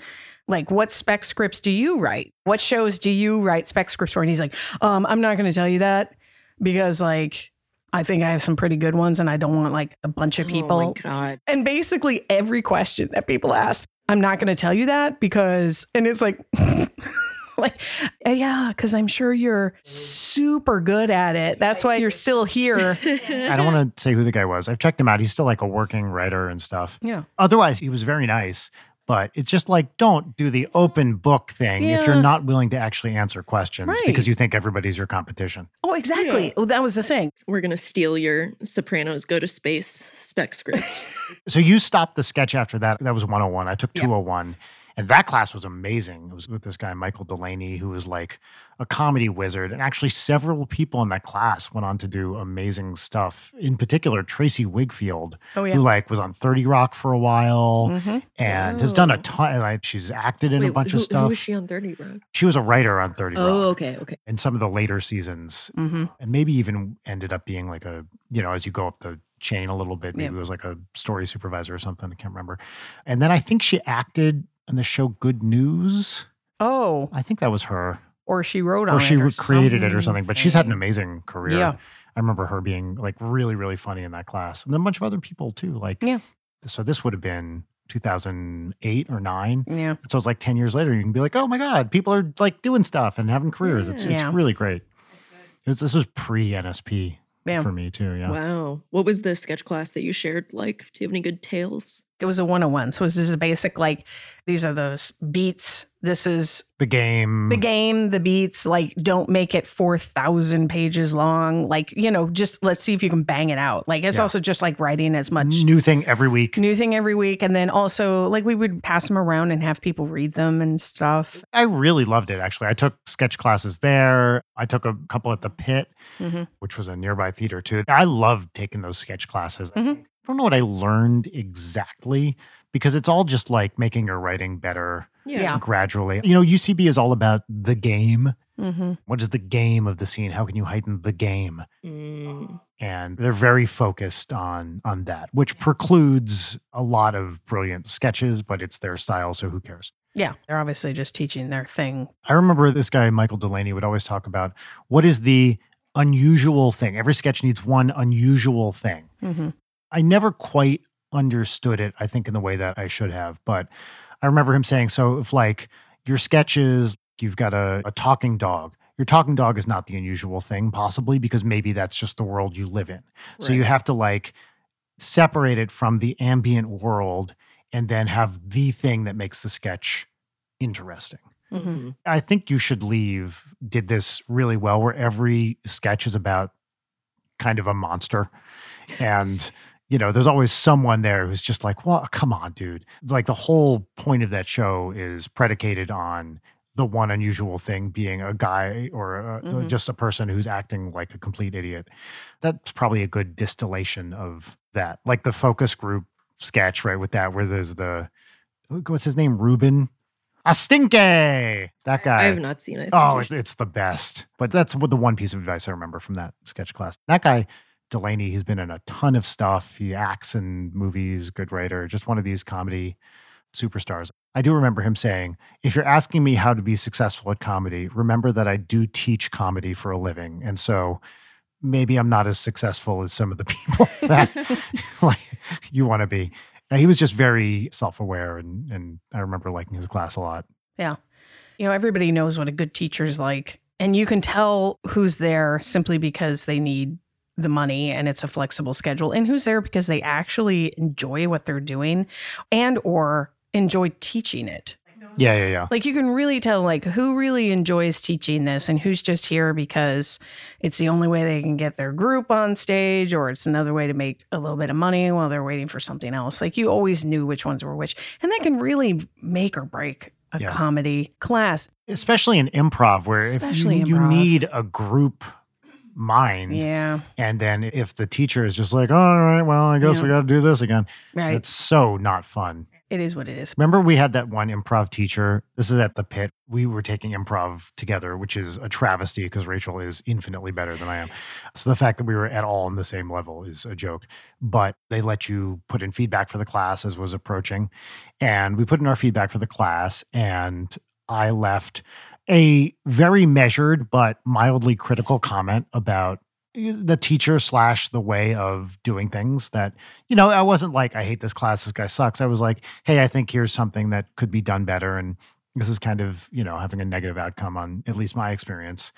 like what spec scripts do you write? What shows do you write spec scripts for? And he's like, um, I'm not going to tell you that because like I think I have some pretty good ones and I don't want like a bunch of people.
Oh my god.
And basically every question that people ask, I'm not going to tell you that because, and it's like, like, "Uh, yeah, because I'm sure you're super good at it. That's why you're still here.
I don't want to say who the guy was. I've checked him out. He's still like a working writer and stuff.
Yeah.
Otherwise, he was very nice, but it's just like don't do the open book thing if
Yeah.
you're not willing to actually answer questions
Right.
because you think everybody's your competition.
Oh, exactly.
Yeah.
Well, that was the thing.
We're gonna steal your Sopranos go to space spec script.
So you stopped the sketch after that. That was 101. I took
Yeah.
201. And that class was amazing. It was with this guy, Michael Delaney, who was like a comedy wizard. And actually, several people in that class went on to do amazing stuff. In particular, Tracy Wigfield,
Oh,
who like was on 30 Rock for a while
Mhm.
and has done a
Mm-hmm. Oh.
ton. Like she's acted in
Wait,
a bunch
who,
of stuff.
Who was she on Thirty Rock?
She was a writer on 30 Rock
Oh, okay, okay.
in some of the later seasons
Mhm.
and maybe even ended up being like a you know as you go up the chain a little bit maybe it was like a story supervisor or something i can't remember and then i think she acted on the show good news
Oh,
i think that was her
or she wrote on
or she
it
re- created it or something but she's had an amazing career
Yeah.
i remember her being like really really funny in that class and then a bunch of other people too like
Yeah.
so this would have been 2008 or 9
Yeah.
so it's like 10 years later you can be like oh my god people are like doing stuff and having careers it's, it's
Yeah.
really great It's- this was pre nsp
Yeah.
for me too yeah
Wow. What was the sketch class that you shared like? Do you have any good tales?
It was a 101. So it was just a basic, like, these are those beats. This is
the game
the game, the beats, like don't make it 4,000 pages long. Like, you know, just let's see if you can bang it out. Like, it's
Yeah.
also just like writing as much
new thing every week
new thing every week. And then also, like, we would pass them around and have people read them and stuff.
i really loved it actually i took sketch classes there i took a couple at the pit
Mhm.
which was a nearby theater too i loved taking those sketch classes
Mhm.
i don't know what i learned exactly because it's all just like making your writing better
Yeah.
gradually you know ucb is all about the game
Mm-hmm.
what is the game of the scene how can you heighten the game
Mm.
and they're very focused on on that which precludes a lot of brilliant sketches but it's their style so who cares
Yeah. They're obviously just teaching their thing.
i remember this guy michael delaney would always talk about what is the unusual thing every sketch needs one unusual thing
Mm-hmm.
i never quite understood it i think in the way that i should have but i remember him saying so if like your sketches you've got a, a talking dog your talking dog is not the unusual thing possibly because maybe that's just the world you live in So you
Right.
have to like separate it from the ambient world and then have the thing that makes the sketch interesting.
Mm-hmm.
Mhm.
I think You Should Leave did this really well, where every sketch is about kind of a monster. And, you know, there's always someone there who's just like, well, come on, dude. Like the whole point of that show is predicated on the one unusual thing being a guy or a,
Mhm.
just a person who's acting like a complete idiot. That's probably a good distillation of that. Like the focus group sketch, right? With that, where there's the, what's his name? Ruben. Astinke, that guy.
I have not seen it.
Oh, it's, it's the best. But that's what the one piece of advice I remember from that sketch class. That guy, Delaney, he's been in a ton of stuff. He acts in movies, good writer, just one of these comedy superstars. I do remember him saying, if you're asking me how to be successful at comedy, remember that I do teach comedy for a living. And so maybe I'm not as successful as some of the people that like you want to be. And he was just very self-aware and and I remember liking his class a lot.
You know, everybody knows what a good teacher's like. And you can tell who's there simply because they need the money and it's a flexible schedule and who's there because they actually enjoy what they're doing and or enjoy teaching it.
Yeah, yeah, yeah.
Like you can really tell like who really enjoys teaching this and who's just here because it's the only way they can get their group on stage or it's another way to make a little bit of money while they're waiting for something else. Like you always knew which ones were which. And that can really make or break a
Yeah.
comedy class.
especially in improv where
Especially
if you,
improv.
you need a group mind
Yeah.
and then if the teacher is just like all right well i guess
Yeah.
we got to do this again
Right.
it's so not fun
It is what it is.
Remember, we had that one improv teacher. This is at the pit. We were taking improv together, which is a travesty because Rachel is infinitely better than I am. So the fact that we were at all on the same level is a joke. But they let you put in feedback for the class as was approaching. And we put in our feedback for the class. And I left a very measured but mildly critical comment about eh, the teacher slash the way of doing things that you know i wasn't like i hate this class this guy sucks i was like hey i think here's something that could be done better and this is kind of you know having a negative outcome on at least my experience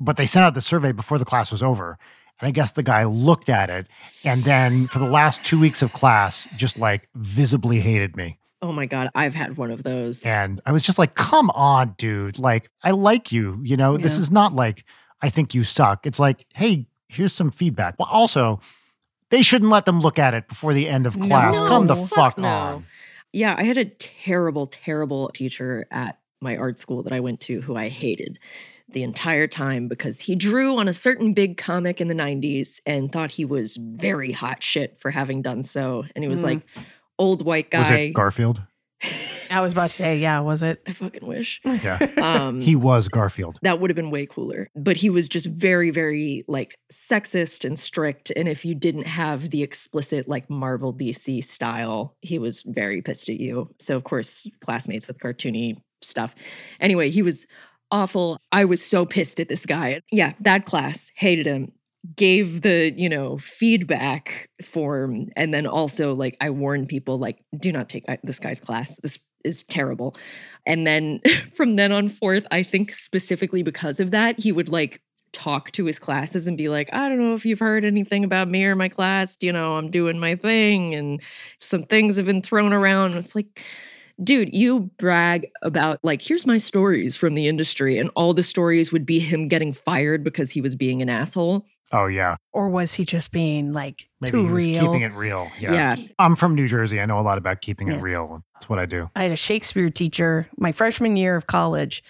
but they sent out the survey before the class was over and i guess the guy looked at it and then for the last two weeks of class just like visibly hated me
Oh my God, I've had one of those.
and i was just like come on dude like i like you you know this
Yeah.
is not like i think you suck it's like hey here's some feedback well also they shouldn't let them look at it before the end of
No.
class come the
No,
fuck,
fuck no.
on
Yeah, I had a terrible, terrible teacher at my art school that I went to who I hated the entire time because he drew on a certain big comic in the 90s and thought he was very hot shit for having done so. And he was
Mm.
like, old white
was
guy.
it garfield
I was about to say, yeah, was it?
I fucking wish.
Yeah.
Mm.
Um,
he was garfield
that would have been way cooler. But he was just very, very like sexist and strict. And if you didn't have the explicit like Marvel DC style, he was very pissed at you. So, of course, classmates with cartoony stuff. Anyway, he was awful. I was so pissed at this guy. Yeah, that class hated him. Gave the, you know, feedback form. And then also, like, I warned people, like, do not take uh, this guy's class. This is terrible. And then from then on forth, I think specifically because of that, he would like talk to his classes and be like, I don't know if you've heard anything about me or my class. You know, I'm doing my thing and some things have been thrown around. It's like, dude, you brag about, like, here's my stories from the industry. And all the stories would be him getting fired because he was being an asshole.
oh yeah
Or was he just being like
maybe
too
he was
real?
keeping it real
yeah.
yeah. i'm from new jersey i know a lot about keeping
Yeah.
it real that's what i do
I had a Shakespeare teacher my freshman year of college.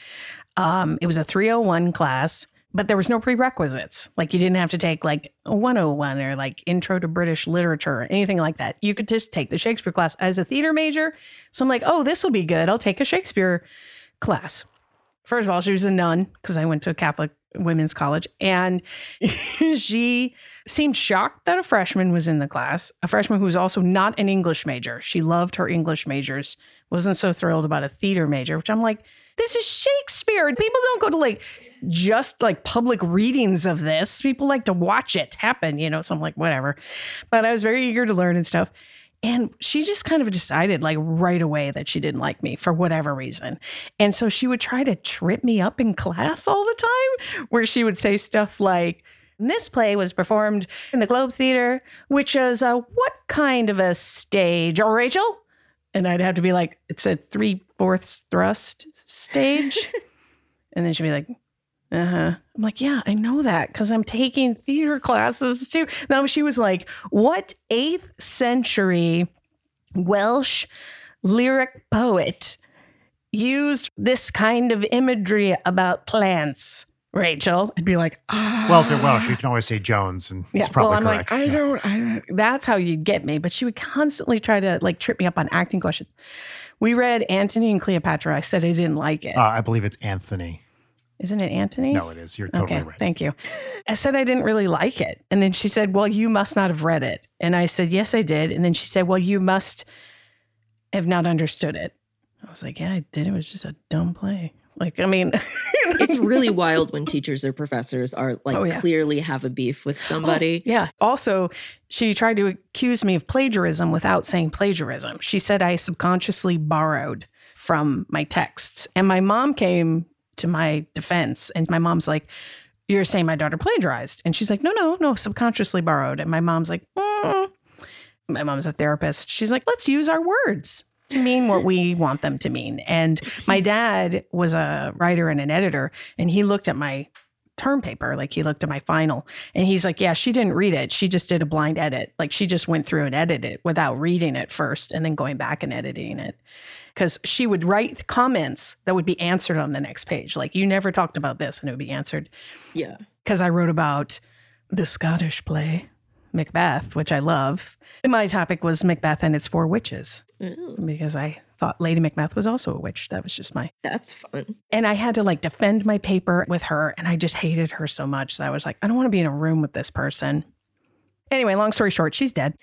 Um, it was a 301 class, but there was no prerequisites. Like you didn't have to take like a 101 or like intro to British literature or anything like that. You could just take the Shakespeare class as a theater major. So I'm like, oh, this will be good. I'll take a Shakespeare class. First of all, she was a nun because I went to a Catholic women's college. And she seemed shocked that a freshman was in the class, a freshman who was also not an English major. She loved her English majors, wasn't so thrilled about a theater major, which I'm like, this is Shakespeare. And people don't go to like just like public readings of this. People like to watch it happen, you know? So I'm like, whatever. But I was very eager to learn and stuff. And she just kind of decided like right away that she didn't like me for whatever reason. And so she would try to trip me up in class all the time, where she would say stuff like, this play was performed in the Globe Theater, which is a what kind of a stage, or Rachel? And I'd have to be like, it's a three fourths thrust stage. and then she'd be like, uh huh. I'm like, yeah, I know that because I'm taking theater classes too. Now she was like, what eighth century Welsh lyric poet used this kind of imagery about plants, Rachel? I'd be like, ah.
well if they're welsh you can always say jones and it's probably
well, I'm
correct
like, I
Yeah.
don't. I, that's how you'd get me. But she would constantly try to like trip me up on acting questions. We read Antony and Cleopatra. I said I didn't like it.
uh, i believe it's anthony
not it Antony?
no it is you're totally
okay,
right
thank you. I said I didn't really like it, and then she said, "Well, you must not have read it." And I said, "Yes, I did." And then she said, "Well, you must have not understood it." I was like, "Yeah, I did. It was just a dumb play." Like, I mean,
It's really wild when teachers or professors are like
Oh, yeah.
clearly have a beef with somebody.
Oh, yeah. Also, she tried to accuse me of plagiarism without saying plagiarism. She said I subconsciously borrowed from my texts. And my mom came to my defense, and my mom's like, You're saying my daughter plagiarized. And she's like, No, no, no, subconsciously borrowed. And my mom's like, mm. My mom's a therapist. She's like, Let's use our words. To mean what we want them to mean. And my dad was a writer and an editor, and he looked at my term paper, like he looked at my final, and he's like, Yeah, she didn't read it. She just did a blind edit. Like she just went through and edited it without reading it first and then going back and editing it. Cause she would write comments that would be answered on the next page. Like, you never talked about this and it would be answered.
Yeah.
Cause I wrote about the Scottish play. Macbeth, which I love. My topic was Macbeth and its four witches
Oh,
because I thought Lady Macbeth was also a witch. That was just my.
that's fun.
And I had to like defend my paper with her, and I just hated her so much that I was like, I don't want to be in a room with this person. Anyway, long story short, she's dead.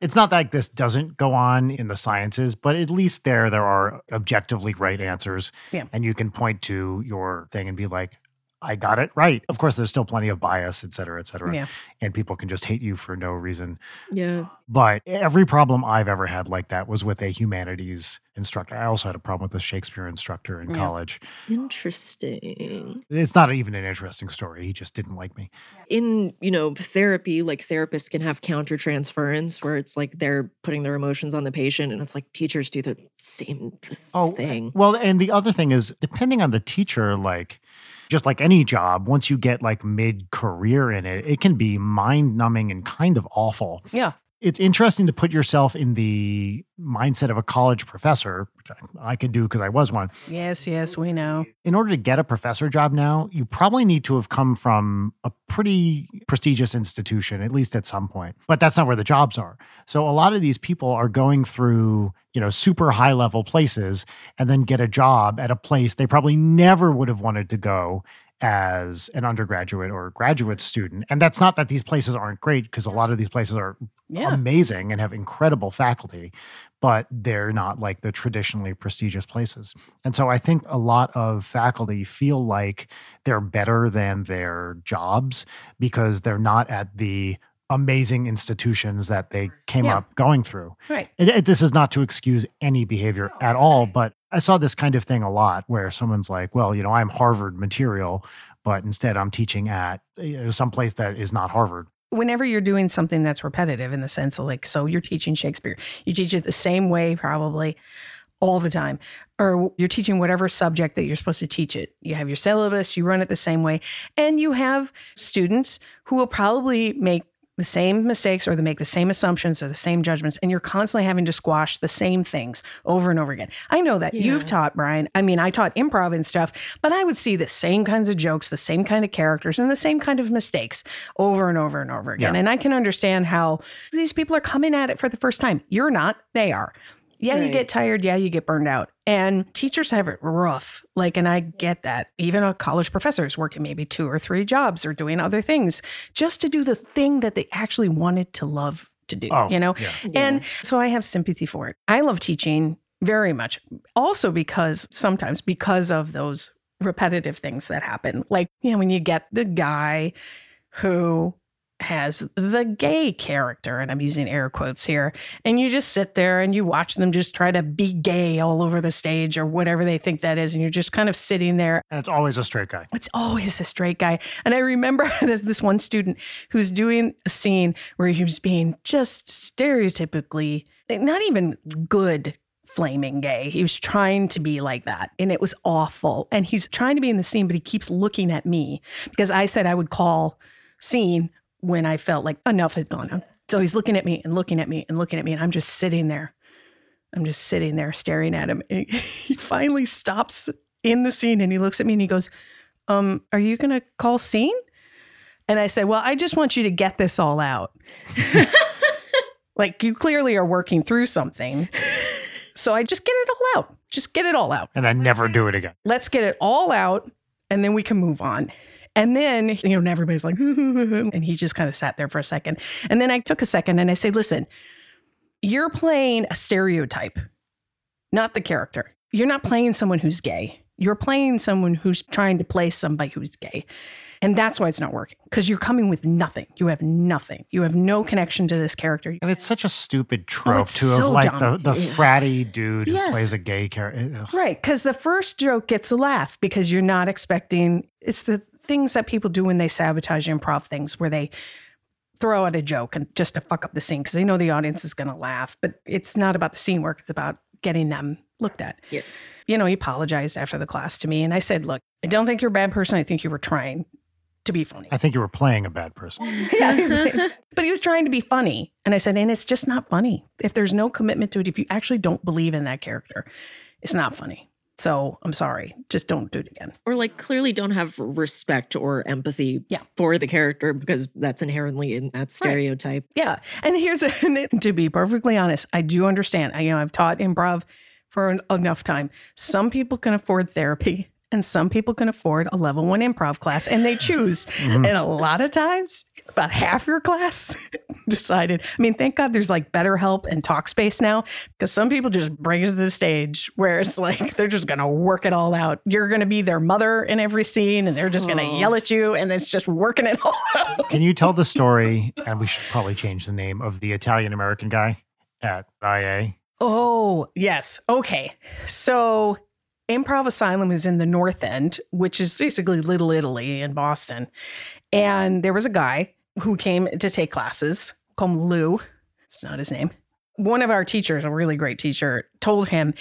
It's not like this doesn't go on in the sciences, but at least there there are objectively right answers.
Yeah.
And you can point to your thing and be like, I got it right. Of course, there's still plenty of bias, et cetera, et cetera.
Yeah.
And people can just hate you for no reason.
Yeah.
But every problem I've ever had like that was with a humanities instructor. I also had a problem with a Shakespeare instructor in
Yeah.
college.
Interesting.
It's not even an interesting story. He just didn't like me.
In, you know, therapy, like therapists can have countertransference where it's like they're putting their emotions on the patient and it's like teachers do the same
Oh,
uh,
thing.
Well, and the other thing is, depending on the teacher, like just like any job, once you get like mid career in it, it can be mind numbing and kind of awful.
Yeah.
It's interesting to put yourself in the mindset of a college professor, which I, I could do because I was one.
Yes, yes, we know.
In order to get a professor job now, you probably need to have come from a pretty prestigious institution, at least at some point. But that's not where the jobs are. So a lot of these people are going through, you know, super high level places and then get a job at a place they probably never would have wanted to go as an undergraduate or graduate student. And that's not that these places aren't great, because a lot of these places are
Yeah.
amazing and have incredible faculty, but they're not like the traditionally prestigious places. And so I think a lot of faculty feel like they're better than their jobs because they're not at the amazing institutions that they came
Yeah.
up going through.
Right.
And it- this is not to excuse any behavior at all, but I saw this kind of thing a lot where someone's like, well, you know, I'm Harvard material, but instead I'm teaching at you know, some place that is not Harvard.
whenever you're doing something that's repetitive in the sense of like, so you're teaching Shakespeare, you teach it the same way probably all the time, or you're teaching whatever subject that you're supposed to teach it. You have your syllabus, you run it the same way, and you have students who will probably make the same mistakes or they make the same assumptions or the same judgments and you're constantly having to squash the same things over and over again i know that you've
Yeah.
taught brian i mean i taught improv and stuff but i would see the same kinds of jokes the same kind of characters and the same kind of mistakes over and over and over again
Yeah.
and i can understand how these people are coming at it for the first time you're not they are yeah you
Right.
get tired yeah you get burned out and teachers have it rough like and i get that even a college professor is working maybe two or three jobs or doing other things just to do the thing that they actually wanted to love to do
Oh,
you know
yeah.
and so I have sympathy for it. I love teaching very much, also because sometimes because of those repetitive things that happen. Like, you know, when you get the guy who has the gay character, and I'm using air quotes here, and you just sit there and you watch them just try to be gay all over the stage or whatever they think that is. And you're just kind of sitting there
And it's always a straight guy.
it's always a straight guy. And I remember there's this one student who's doing a scene where he was being just stereotypically, not even good flaming gay. He was trying to be like that. And it was awful. And he's trying to be in the scene, but he keeps looking at me because I said I would call scene when I felt like enough had gone on. So he's looking at me and looking at me and looking at me. And I'm just sitting there. I'm just sitting there staring at him. And he finally stops in the scene and he looks at me and he goes, um, are you going to call scene? And I said, well, I just want you to get this all out. like you clearly are working through something. So I just get it all out. Just get it all out.
and then never do it again.
Let's get it all out and then we can move on. And then, you know, and everybody's like, and he just kind of sat there for a second. And then I took a second and I said, listen, you're playing a stereotype, not the character. You're not playing someone who's gay. You're playing someone who's trying to play somebody who's gay. And that's why it's not working because you're coming with nothing. You have nothing. You have no connection to this character.
And it's such a stupid trope
Oh, it's
too of
so
like
dumb.
the, the
Yeah.
fratty dude who
Yes.
plays a gay eh, character.
Right. Because the first joke gets a laugh because you're not expecting it's the things that people do when they sabotage improv things where they throw out a joke and just to fuck up the scene because they know the audience is going to laugh. But it's not about the scene work, it's about getting them looked at.
Yeah.
You know, he apologized after the class to me. And I said, Look, I don't think you're a bad person. I think you were trying to be funny.
I think you were playing a bad person.
Yeah. But he was trying to be funny. And I said, and it's just not funny. If there's no commitment to it, if you actually don't believe in that character, it's not funny. So I'm sorry. Just don't do it again.
or like clearly don't have respect or empathy
Yeah.
for the character because that's inherently in that stereotype.
Yeah. And here's and to be perfectly honest, I do understand. I you know I've taught improv for en- enough time. Some people can afford therapy and some people can afford a level 1 improv class and they choose.
Mhm.
And a lot of times, about half your class decided. I mean, thank God there's like BetterHelp and TalkSpace now because some people just bring it to the stage where it's like they're just going to work it all out. You're going to be their mother in every scene and they're just going
Oh.
to yell at you and it's just working it all out.
Can you tell the story? And we should probably change the name of the Italian American guy at IA.
Oh, yes. Okay. So Improv Asylum is in the North End, which is basically Little Italy in Boston. And there was a guy who came to take classes, called him Lou. It's not his name. One of our teachers, a really great teacher, told him,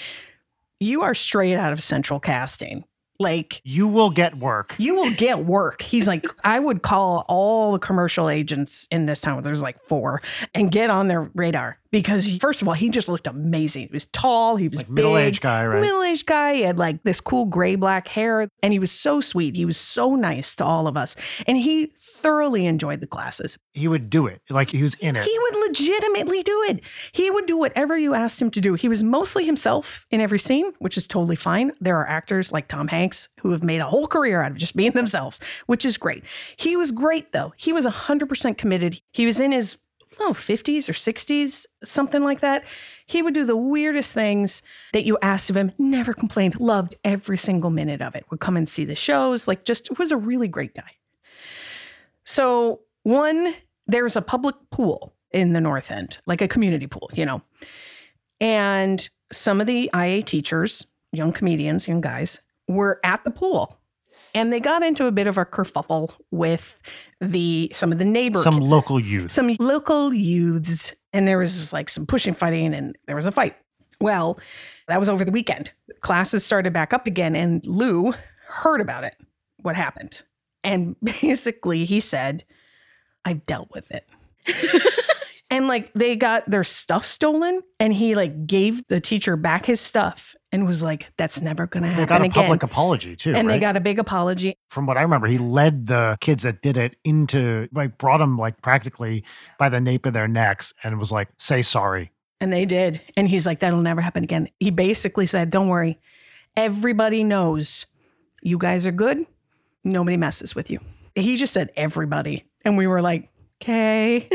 You are straight out of central casting. Like,
You will get work.
you will get work. He's like, I would call all the commercial agents in this town, there's like four, and get on their radar because, first of all, he just looked amazing. He was tall, he was
Like
big,
middle aged guy, right?
middle aged guy. He had like this cool gray black hair, and he was so sweet. He was so nice to all of us, and he thoroughly enjoyed the classes.
he would do it. Like he was in it.
He would legitimately do it. He would do whatever you asked him to do. He was mostly himself in every scene, which is totally fine. There are actors like Tom Hanks who have made a whole career out of just being themselves, which is great. He was great though. He was 100% committed. He was in his oh, 50s or 60s, something like that. He would do the weirdest things that you asked of him, never complained, loved every single minute of it. Would come and see the shows, like just was a really great guy. So, one, there's a public pool in the North End, like a community pool, you know. And some of the IA teachers, young comedians, young guys, were at the pool. And they got into a bit of a kerfuffle with the some of the neighbor
Some local youth.
some local youths, and there was like some pushing, fighting, and there was a fight. Well, that was over the weekend. Classes started back up again, and Lou heard about it, what happened. And basically, he said, I've dealt with it. and like they got their stuff stolen, and he like gave the teacher back his stuff and was like, That's never going to
They
happen
got a
again.
public apology too.
and
right?
they got a big apology.
From what I remember, he led the kids that did it into like brought them like practically by the nape of their necks and was like, "Say sorry."
And they did. And he's like, that'll never happen again. He basically said, don't worry. Everybody knows you guys are good. Nobody messes with you. He just said, everybody. And we were like, okay.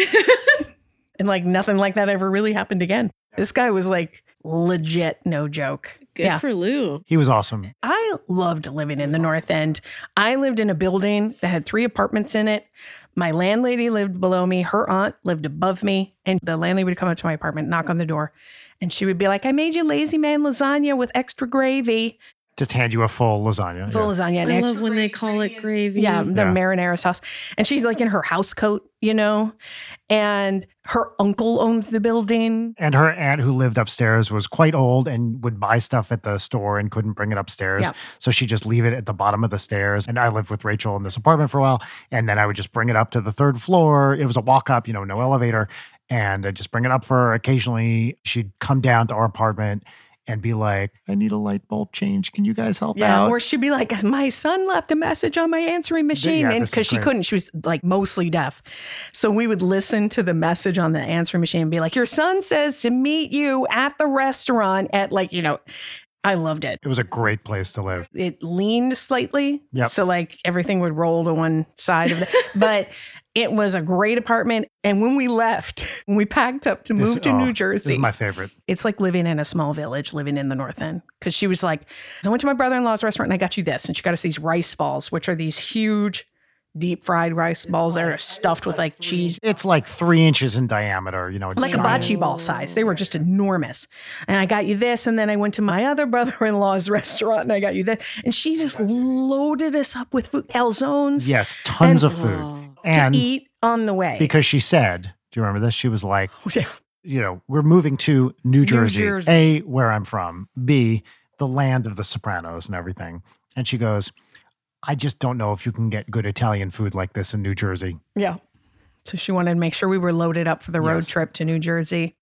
and like, nothing like that ever really happened again. This guy was like, legit, no joke.
Good
yeah.
for Lou.
He was awesome.
I loved living in the North End. I lived in a building that had three apartments in it. My landlady lived below me. Her aunt lived above me. And the landlady would come up to my apartment, knock on the door, and she would be like, I made you lazy man lasagna with extra gravy.
Just hand you a full lasagna.
Full
yeah.
lasagna and
I
extra
love when they call it gravy.
yeah, the
Yeah.
marinara sauce. And she's like in her house coat, you know? And her uncle owned the building.
And her aunt, who lived upstairs, was quite old and would buy stuff at the store and couldn't bring it upstairs.
Yeah.
So she'd just leave it at the bottom of the stairs. And I lived with Rachel in this apartment for a while. And then I would just bring it up to the third floor. It was a walk up, you know, no elevator. And I'd just bring it up for her. Occasionally, she'd come down to our apartment and be like, I need a light bulb change. Can you guys help
Yeah,
out?
or she'd be like, "My son left a message on my answering machine,"
yeah,
and
this is
because she
great.
couldn't, she was like mostly deaf. So we would listen to the message on the answering machine and be like, "Your son says to meet you at the restaurant at like you know." I loved it.
it was a great place to live.
It leaned slightly,
Yep.
so like everything would roll to one side of it. but it was a great apartment. And when we left, when we packed up to
This-
move to
oh,
New
This is
Jersey,
my favorite.
it's like living in a small village, living in the North End. Because she was like, I went to my brother in law's restaurant and I got you this. And she got us these rice balls, which are these huge deep fried rice balls that are stuffed with like cheese,
It's like three inches in diameter, you know,
like a
giant.
bocce ball size. They were just enormous. And I got you this. And then I went to my other brother in law's restaurant and I got you this. And she just loaded us up with food, calzones
Yes, tons
And-
of Mmm. food.
Wow.
And
to eat on the way.
because she said, do you remember this? She was like,
Yeah.
you know, we're moving to New Jersey,
Jersey.
A, where I'm from, B, the land of the Sopranos and everything. And she goes, I just don't know if you can get good Italian food like this in New Jersey.
yeah. So she wanted to make sure we were loaded up for the road
Yes.
trip to New Jersey.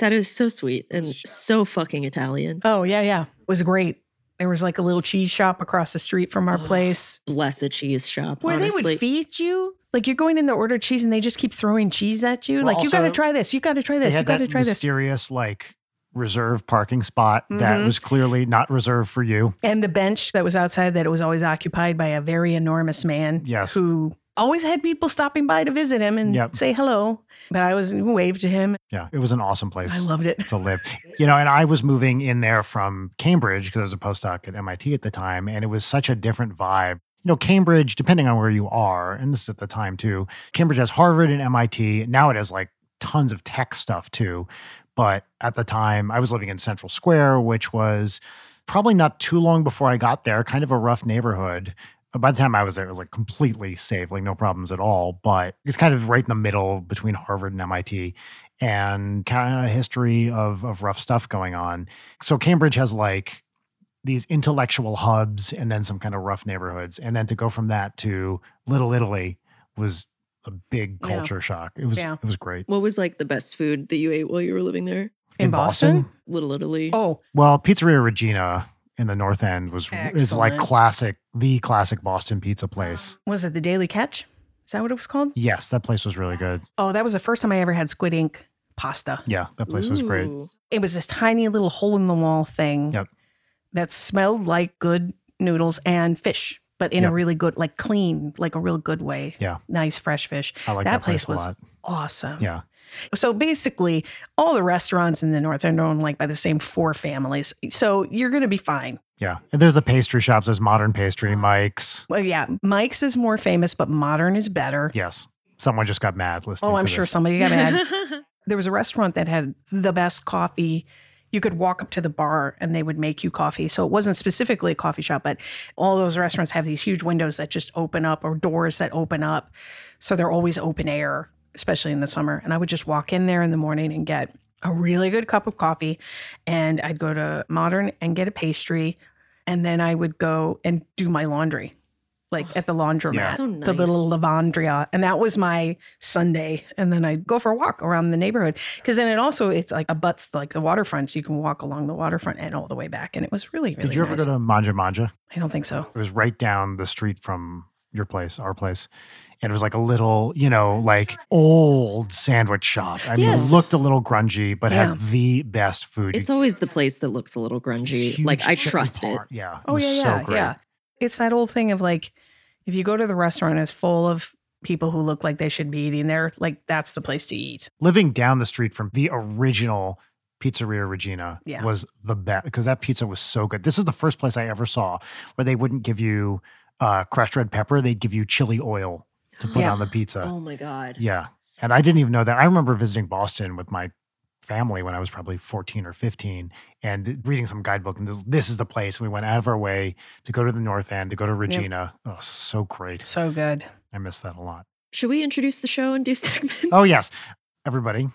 That is so sweet and so fucking Italian.
Oh, yeah, yeah. It was great. There was like a little cheese shop across the street from our
Oh.
place
Bless a cheese shop.
where they
honestly.
would feed you. Like you're going in to order cheese and they just keep throwing cheese at you.
Well,
like you got to
also,
try this. You got to try
They
this. You
had
got to
that
try this.
mysterious like reserve parking spot that
Mhm.
was clearly not reserved for you.
And the bench that was outside that was always occupied by a very enormous man
Yes.
who always had people stopping by to visit him and
Yep.
say hello. But I was waved to him.
Yeah, it was an awesome place.
I loved it.
to live. You know, and I was moving in there from Cambridge because I was a postdoc at MIT at the time, and it was such a different vibe. You know, Cambridge, depending on where you are, and this is at the time too, Cambridge has Harvard and MIT. Now it has like tons of tech stuff too. But at the time, I was living in Central Square, which was probably not too long before I got there, kind of a rough neighborhood. But By the time I was there, it was like completely safe, like no problems at all. But it's kind of right in the middle between Harvard and MIT and kind of history of of rough stuff going on. So Cambridge has like these intellectual hubs and then some kind of rough neighborhoods. And then to go from that to Little Italy was a big
Yeah.
culture shock. It was
Yeah.
it was great.
What was like the best food that you ate while you were living there?
In, Boston?
Little Italy.
Oh,
Well, Pizzeria Regina in the North End was is like
Excellent.
classic the classic Boston pizza place.
was it the Daily Catch? Is that what it was called?
Yes, that place was really good.
Oh, that was the first time I ever had squid ink pasta.
Yeah, that place was great.
Ooh.
It was this tiny little hole in the wall thing
Yep.
that smelled like good noodles and fish, but in a
Yep.
really good, like clean, like a real good way.
Yeah.
Nice fresh fish.
I like that,
That place
place
was-
a lot.
Awesome.
Yeah.
So basically, all the restaurants in the North End are owned like by the same four families. So you're going to be fine.
Yeah. And there's the pastry shops, there's modern pastry, Mike's.
Well, yeah, Mike's is more famous, but modern is better.
Yes. Someone just got mad listening.
Oh, I'm
to
sure
this.
somebody got mad. there was a restaurant that had the best coffee. You could walk up to the bar and they would make you coffee. So it wasn't specifically a coffee shop, but all those restaurants have these huge windows that just open up or doors that open up. So they're always open air, especially in the summer. And I would just walk in there in the morning and get a really good cup of coffee. And I'd go to Modern and get a pastry. And then I would go and do my laundry, like at the laundromat
Yeah.
So nice.
the little lavandria and that was my sunday and then i'd go for a walk around the neighborhood because then it also it's like abuts like the waterfront so you can walk along the waterfront and all the way back and it was really really
Did you ever
nice.
go to Manja Manja?
i don't think so
It was right down the street from your place, our place. And it was like a little, you know, like old sandwich shop. I mean,
Yes.
it looked a little grungy, but
Yeah.
had the best food.
It's always the place that looks a little grungy.
Huge
like I
chicken
trust it.
parm. Yeah. it
oh
was
yeah
so
yeah
great.
yeah it's that old thing of like if you go to the restaurant and it's full of people who look like they should be eating there like that's the place to eat
Living down the street from the original Pizzeria Regina
Yeah.
was the best because that pizza was so good. This is the first place I ever saw where they wouldn't give you uh, crushed red pepper, they'd give you chili oil to put
Yeah.
on the pizza.
Oh my god.
Yeah. And I didn't even know that. I remember visiting Boston with my family when I was probably 14 or 15 and reading some guidebook. And this, this is the place. We went out of our way to go to the North End, to go to Regina. Oh, so great.
so good
I miss that a lot.
Should we introduce the show and do segments?
Oh, yes. Everybody,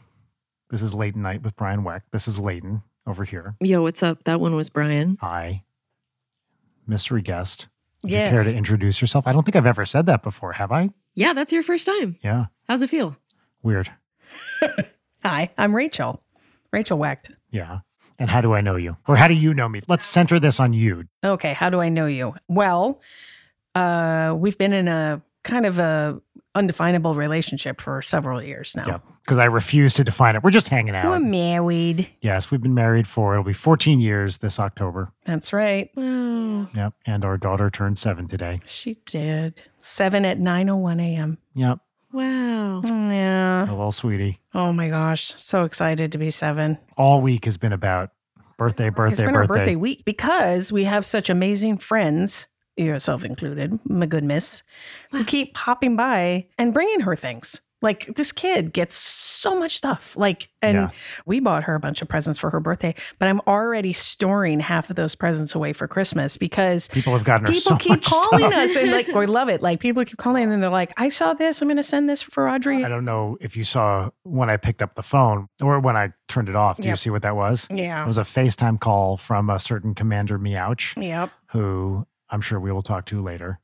this is Late Night with Brian Weck. This is Leighton over here.
Yo, what's up? That one was Brian.
I, mystery guest. Would
yes
you care to introduce yourself? I don't think I've ever said that before, have I?
Yeah, that's your first time.
Yeah.
How's it feel?
Weird.
hi i'm rachel rachel wecht
Yeah. And how do I know you? Or how do you know me? Let's center this on you.
Okay, how do I know you? Well, uh, we've been in a kind of a undefinable relationship for several years now.
Yep. Because I refuse to define it. We're just hanging out.
We're married.
yes, we've been married for it'll be 14 years this October.
That's right.
Wow.
Yep. And our daughter turned seven today.
She did. Seven at nine oh one a.m.
Yep.
Wow.
A
Yeah.
little sweetie.
Oh my gosh, so excited to be seven.
All week has been about birthday, birthday,
it's been
birthday.
our birthday week because we have such amazing friends, yourself included, my good miss, who keep popping by and bringing her things. Like this kid gets so much stuff. Like, and
Yeah.
we bought her a bunch of presents for her birthday, but I'm already storing half of those presents away for Christmas because
People have gotten her
people
so
keep
much
calling
stuff.
us and like, we love it. Like, people keep calling and they're like, I saw this. I'm going to send this for Audrey.
I don't know if you saw when I picked up the phone or when I turned it off. Do you
Yep.
see what that was? It
Yeah.
was a FaceTime call from a certain Commander Meowch.
Yep.
who I'm sure we will talk to later.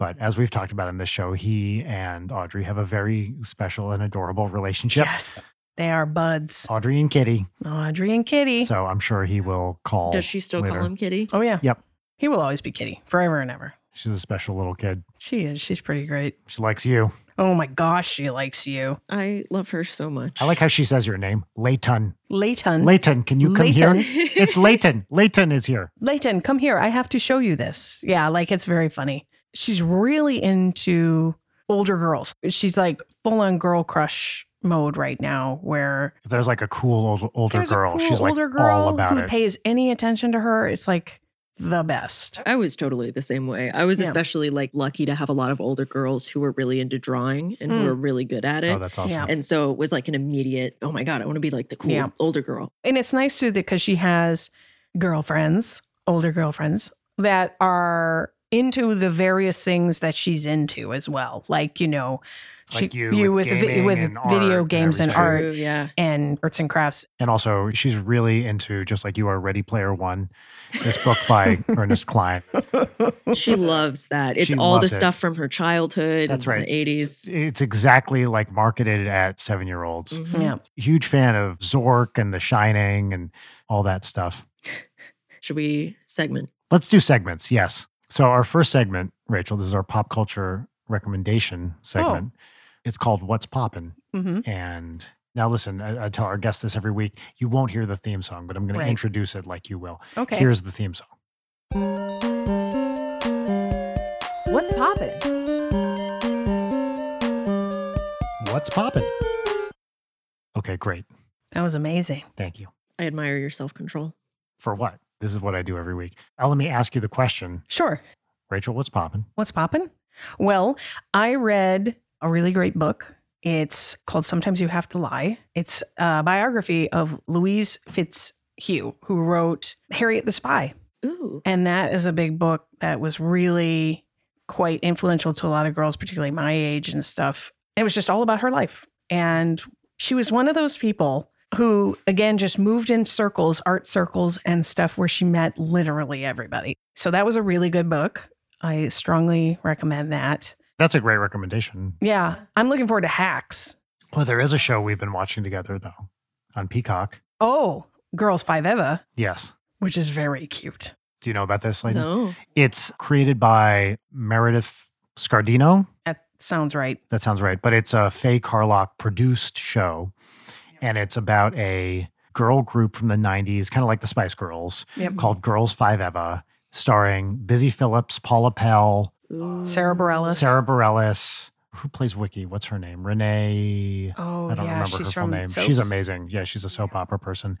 But as we've talked about in this show, he and Audrey have a very special and adorable relationship.
Yes. They are buds,
Audrey and Kitty.
Audrey and Kitty.
So I'm sure he will call.
Does she still
later.
call him Kitty?
oh, yeah.
Yep.
He will always be Kitty, forever and ever.
She's a special little kid.
She is. She's pretty great.
She likes you.
Oh my gosh, she likes you.
I love her so much.
I like how she says your name, Leighton.
Leighton.
Leighton, can you come
Leighton.
here? It's Leighton. Leighton is here.
Leighton, come here. I have to show you this. Yeah, like it's very funny. She's really into older girls. She's like full on girl crush mode right now, where
If there's like a cool old, older
there's a
girl,
cool
she's like
older
all
girl
about
who
it.
pays any attention to her. It's like the best.
I was totally the same way. I was
Yeah.
especially like lucky to have a lot of older girls who were really into drawing and
Mm.
who were really good at it.
oh, that's awesome.
Yeah.
and so it was like an immediate, oh my God, I want to be like the cool
Yeah.
older girl.
And it's nice too because she has girlfriends, older girlfriends that are into the various things that she's into as well. Like, you know,
Like you with
vi-
gaming
with
and art
video
and
games and
everything.
art
True, yeah.
and arts and crafts.
And also, she's really into just like you are Ready Player One, this book by Ernest Klein.
She loves that. It's
She
all the
loves it.
stuff from her childhood.
That's
and
right.
The 80s.
It's exactly like marketed at seven year olds.
Mhm.
yeah.
Huge fan of Zork and The Shining and all that stuff.
Should we segment?
Let's do segments. Yes. So, our first segment, Rachel, this is our pop culture recommendation
Oh.
segment. It's called What's Poppin'.
hmm
And now, listen, I, I tell our guests this every week. You won't hear the theme song, but I'm going
Right.
to introduce it like you will.
Okay.
Here's the theme song.
What's poppin'?
What's Poppin'? Okay, great.
that was amazing.
Thank you.
I admire your self control.
For what? This is what I do every week. Now, let me ask you the question,
Sure.
Rachel. What's poppin'?
What's poppin'? Well, I read a really great book. It's called Sometimes You Have to Lie. It's a biography of Louise Fitzhugh, who wrote Harriet the Spy.
Ooh.
And that is a big book that was really quite influential to a lot of girls, particularly my age and stuff. It was just all about her life. And she was one of those people who, again, just moved in circles, art circles and stuff where she met literally everybody. So that was a really good book. I strongly recommend that.
That's a great recommendation.
Yeah. I'm looking forward to Hacks.
Well, there is a show we've been watching together though, on Peacock.
Oh, Girls Five Eva,
Yes.
which is very cute.
Do you know about this, Layden?
No.
It's created by Meredith Scardino.
That sounds right.
That sounds right. But it's a Faye Carlock produced show, and it's about a girl group from the '90s, kind of like the Spice Girls,
Yep.
Mm-hmm.
called Girls Five Eva, starring Busy Phillips, Paula Pell,
Ooh.
Sarah Bareilles.
Sarah Bareilles. Who plays Wiki? What's her name? Renee.
Oh,
I don't
yeah.
remember
she's
her full
from
name. She's
Soaps.
amazing. Yeah, she's a soap opera person.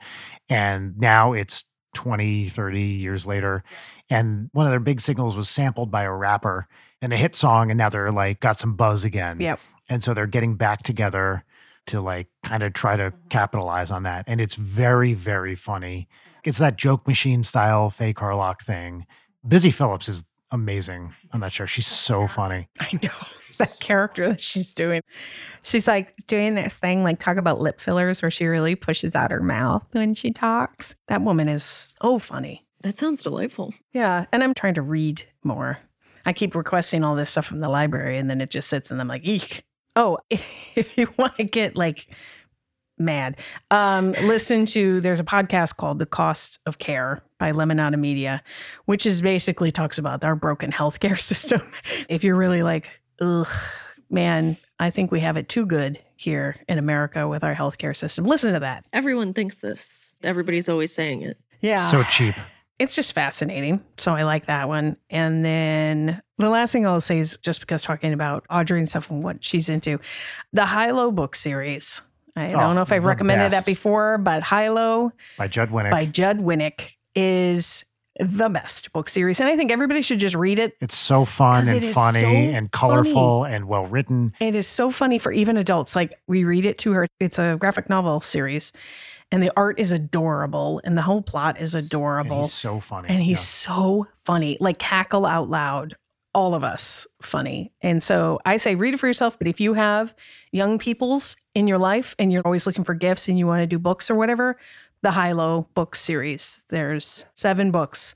And now it's 20, 30 years later. And one of their big signals was sampled by a rapper and a hit song. And now they're like got some buzz again.
Yep.
And so they're getting back together to like kind of try to
Mm-hmm.
capitalize on that. And it's very, very funny. It's that joke machine style Faye Carlock thing. Busy Phillips is amazing on that show. She's
Oh,
so funny.
I know that character that she's doing. She's like doing this thing, like talk about lip fillers, where she really pushes out her mouth when she talks. That woman is so funny.
That sounds delightful.
Yeah. And I'm trying to read more. I keep requesting all this stuff from the library, and then it just sits, and I'm like, eek. Oh, if you want to get like mad, um, listen to there's a podcast called The Cost of Care by Lemonada Media, which is basically talks about our broken healthcare system. if you're really like, ugh, man, I think we have it too good here in America with our healthcare system, listen to that.
Everyone thinks this. Everybody's always saying it.
Yeah
So cheap.
it's just fascinating. So I like that one. And then the last thing I'll say is just because talking about Audrey and stuff and what she's into, the High Low book series. I
Oh,
don't know if I've
the
recommended that
best.
before, but High Low
By Judd Winnick.
by Judd Winnick is the best book series. And I think everybody should just read it.
It's so fun
'Cause
and
it is
funny
so
and colorful and well written.
It is so funny for even adults. Like we read it to her. It's a graphic novel series. And the art is adorable and the whole plot is
And
adorable.
he's so funny.
And
yeah.
he's so funny, like cackle out loud, all of us funny. And so I say read it for yourself. But if you have young peoples in your life and you're always looking for gifts and you want to do books or whatever, the High Low book series. There's seven books.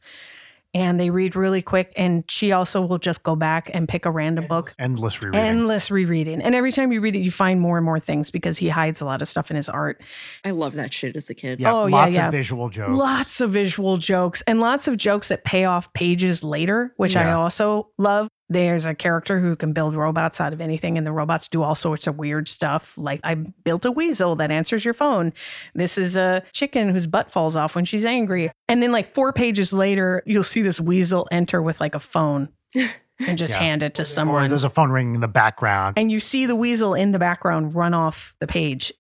and they read really quick. And she also will just go back and pick a random book.
Endless rereading.
Endless rereading. And every time you read it, you find more and more things because he hides a lot of stuff in his art.
I love that shit as a kid.
yeah,
oh, yeah,
lots
yeah.
of visual jokes.
Lots of visual jokes and lots of jokes that pay off pages later, which I
Yeah.
also love. There's a character who can build robots out of anything, and the robots do all sorts of weird stuff. Like, I built a weasel that answers your phone. This is a chicken whose butt falls off when she's angry. And then, like, four pages later, you'll see this weasel enter with like a phone and just
Yeah.
hand it to
Or
someone.
there's a phone ringing in the background.
And you see the weasel in the background run off the page.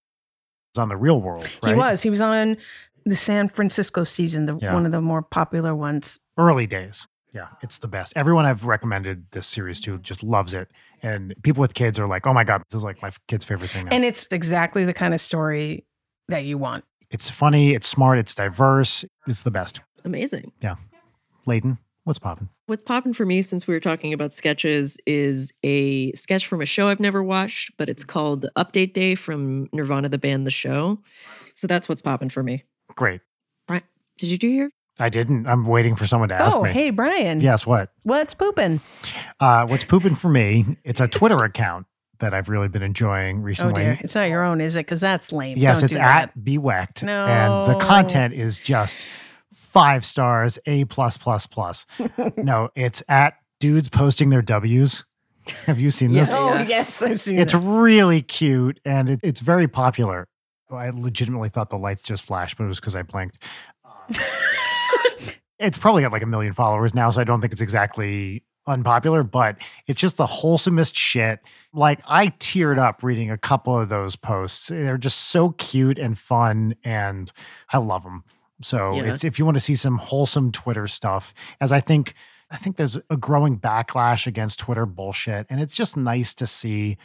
It's on the real world, right?
He was. He was on the San Francisco season, the
Yeah.
one of the more popular ones.
early days. Yeah, it's the best. Everyone I've recommended this series to just loves it. And people with kids are like, oh my God, this is like my kid's favorite thing. now."
And it's exactly the kind of story that you want.
it's funny, it's smart, it's diverse. It's the best.
Amazing.
Layton, what's poppin'?
What's popping for me since we were talking about sketches is a sketch from a show I've never watched, but
Mm-hmm.
it's called Update Day from Nirvana the band The Show. So that's what's popping for me.
Great.
Did you do your
I didn't. I'm waiting for someone to ask
oh,
me.
hey, Brian.
Yes, what?
What's pooping?
Uh, what's pooping for me? It's a Twitter account that I've really been enjoying
Oh,
recently.
dear. It's not your own, is it? Because that's lame.
Yes,
Don't
it's
do
at
that.
Be Whacked, and the
No.
content is just five stars, A plus plus plus. No, it's at dudes posting their W's. Have you seen this?
Yes.
Oh,
Yeah.
yes. I've seen
It's
it.
really cute and it, it's very popular. I legitimately thought the lights just flashed, but it was because I blinked. It's probably got like a million followers now, so I don't think it's exactly unpopular, but it's just the wholesomest shit. Like I teared up reading a couple of those posts. They're just so cute and fun, and I love them. So
Yeah.
it's if you want to see some wholesome Twitter stuff, as I think I think there's a growing backlash against Twitter bullshit, and it's just nice to see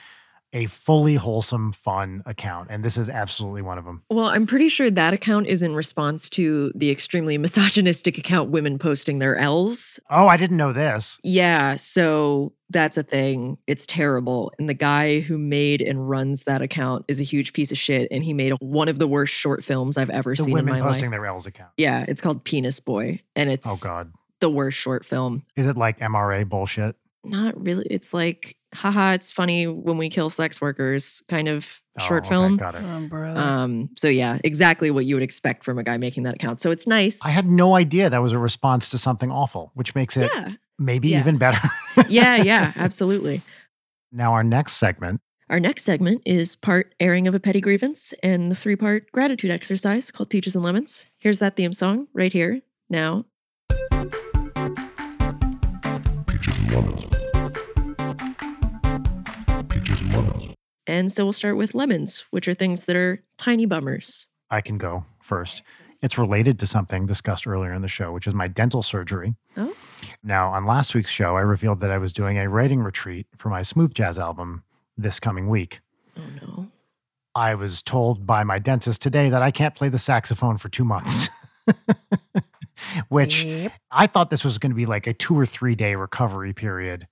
a fully wholesome, fun account. And this is absolutely one of them.
Well, I'm pretty sure that account is in response to the extremely misogynistic account women posting their L's.
Oh, I didn't know this.
Yeah, so that's a thing. It's terrible. And the guy who made and runs that account is a huge piece of shit. And he made one of the worst short films I've ever
The
seen in
women
my life.
posting their L's account.
Yeah, it's called Penis Boy. And it's
Oh God,
the worst short film.
is it like MRA bullshit?
Not really. It's like, haha, it's funny when we kill sex workers kind of short
oh, okay,
film.
got it.
Oh, brother.
Uh,
Um, so yeah, exactly what you would expect from a guy making that account. So it's nice.
I had no idea that was a response to something awful, which makes it
yeah.
maybe
Yeah.
even better.
yeah, yeah, absolutely.
Now, our next segment.
Our next segment is part airing of a petty grievance and the three part gratitude exercise called Peaches and Lemons. Here's that theme song right here now.
Peaches and lemons. Peaches and lemons.
And so we'll start with lemons, which are things that are tiny bummers.
I can go first. It's related to something discussed earlier in the show, which is my dental surgery.
Oh.
Now, on last week's show, I revealed that I was doing a writing retreat for my smooth jazz album this coming week.
Oh no.
I was told by my dentist today that I can't play the saxophone for two months, which
Yep.
I thought this was going to be like a two or three day recovery period.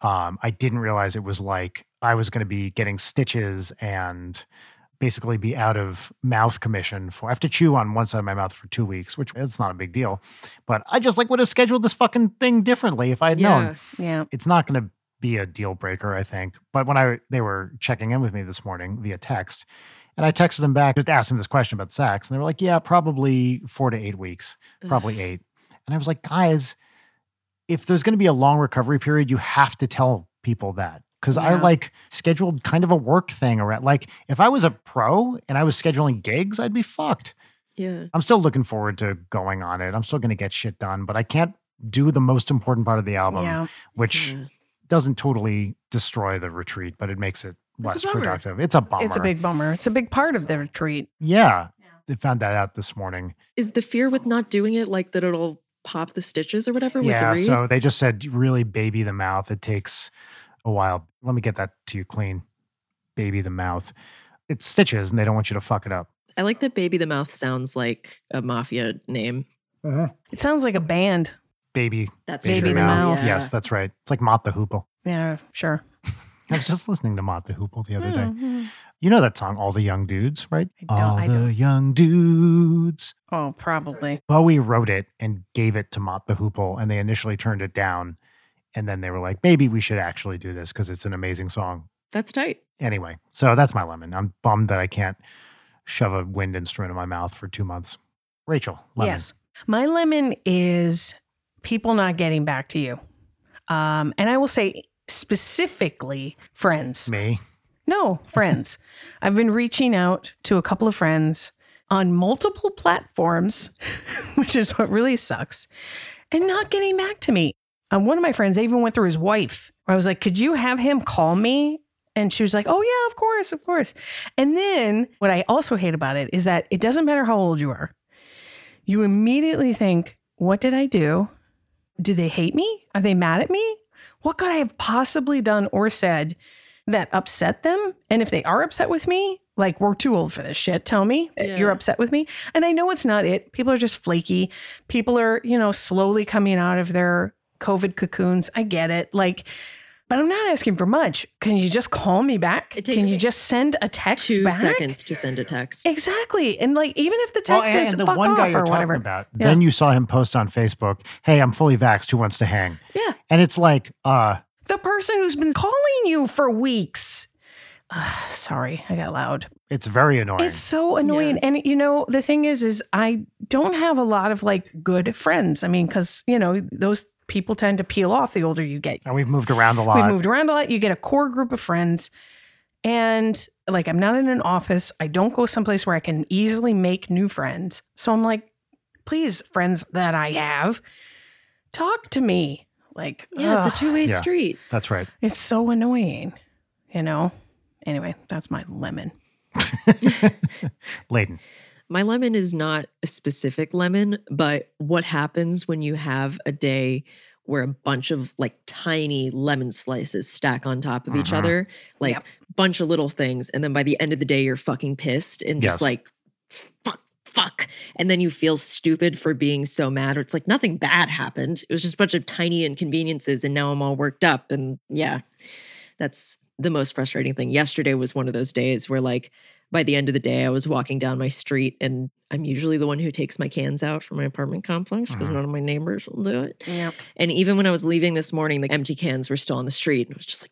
Um, I didn't realize it was like I was going to be getting stitches and basically be out of mouth commission for I have to chew on one side of my mouth for two weeks, which eh, it's not a big deal. But I just like would have scheduled this fucking thing differently if I had known
yeah.
Yeah.
it's not going to be a deal breaker, I think. But when I they were checking in with me this morning via text, and I texted them back, just asked them this question about sex, and they were like, "Yeah, probably four to eight weeks, probably eight. And I was like, "Guys, if there's going to be a long recovery period, you have to tell people that." Because
Yeah.
I like scheduled kind of a work thing around. Like, if I was a pro and I was scheduling gigs, I'd be fucked.
Yeah.
I'm still looking forward to going on it. I'm still going to get shit done, but I can't do the most important part of the album,
yeah.
which
Yeah. Mm-hmm.
doesn't totally destroy the retreat, but it makes it
That's a
less
bummer.
productive. It's a bummer.
It's a big bummer. It's a big part of the retreat.
yeah. They found that out this morning.
Is the fear with not doing it like that it'll pop the stitches or whatever
yeah.
with the reed?
So they just said really baby the mouth. It takes a while. Let me get that to you clean. Baby the mouth. It's stitches, and they don't want you to fuck it up.
I like that Baby the Mouth sounds like a mafia name.
It sounds like a band.
Baby,
That's
Baby
the
the Mouth.
Yes, that's right. It's like Mott the Hoople.
Yeah, sure.
I was just listening to Mott the Hoople the other day.
Mhm.
You know that song, All the Young Dudes, right?
I don't-
All
I
the
don't.
Young Dudes.
Oh, probably.
Bowie wrote it and gave it to Mott the Hoople, and they initially turned it down. And then they were like, maybe we should actually do this because it's an amazing song.
That's tight.
Anyway, so that's my lemon. I'm bummed that I can't shove a wind instrument in my mouth for two months. Rachel, lemon.
Yes. My lemon is people not getting back to you. Um, and I will say specifically friends.
Me.
No, friends. I've been reaching out to a couple of friends on multiple platforms, which is what really sucks, and not getting back to me. And one of my friends, I even went through his wife. I was like, could you have him call me? And she was like, oh, yeah, of course, of course. And then what I also hate about it is that it doesn't matter how old you are, you immediately think, what did I do? Do they hate me? Are they mad at me? What could I have possibly done or said that upset them? And if they are upset with me, like we're too old for this shit. Tell me that you're
Yeah.
upset with me. And I know it's not it. People are just flaky. People are, you know, slowly coming out of their COVID cocoons. I get it. Like, but I'm not asking for much. Can you just call me back?
It
Can
takes
you just send a text
Two
back?
seconds to send a text.
Exactly. And like, even if the
Well,
text
and-
is
and the
fuck
one
off
guy
or
you're
whatever.
talking about,
Yeah.
then you saw him post on Facebook, hey, I'm fully vaxxed. Who wants to hang?
Yeah.
And it's like, uh,
The person who's been calling you for weeks. Ugh, sorry, I got loud.
it's very annoying.
It's so annoying. And you know, the thing is, is I don't have a lot of like good friends. I mean, because, you know, those people tend to peel off the older you get.
and we've moved around a lot.
We moved around a lot. You get a core group of friends. And like, I'm not in an office. I don't go someplace where I can easily make new friends. So I'm like, please, friends that I have, talk to me. Like,
Yeah,
ugh,
it's a two way
Yeah.
street.
That's right.
it's so annoying, you know? Anyway, that's my lemon.
Layden.
My lemon is not a specific lemon, but what happens when you have a day where a bunch of like tiny lemon slices stack on top of each
Mhm.
other, like
Yep.
bunch of little things, and then by the end of the day you're fucking pissed and
Yes.
just like fuck fuck and then you feel stupid for being so mad or it's like nothing bad happened. It was just a bunch of tiny inconveniences and now I'm all worked up and yeah. That's the most frustrating thing. Yesterday was one of those days where like by the end of the day, I was walking down my street, and I'm usually the one who takes my cans out from my apartment complex because
Mhm.
none of my neighbors will do it.
Yep.
And even when I was leaving this morning, the empty cans were still on the street. And I was just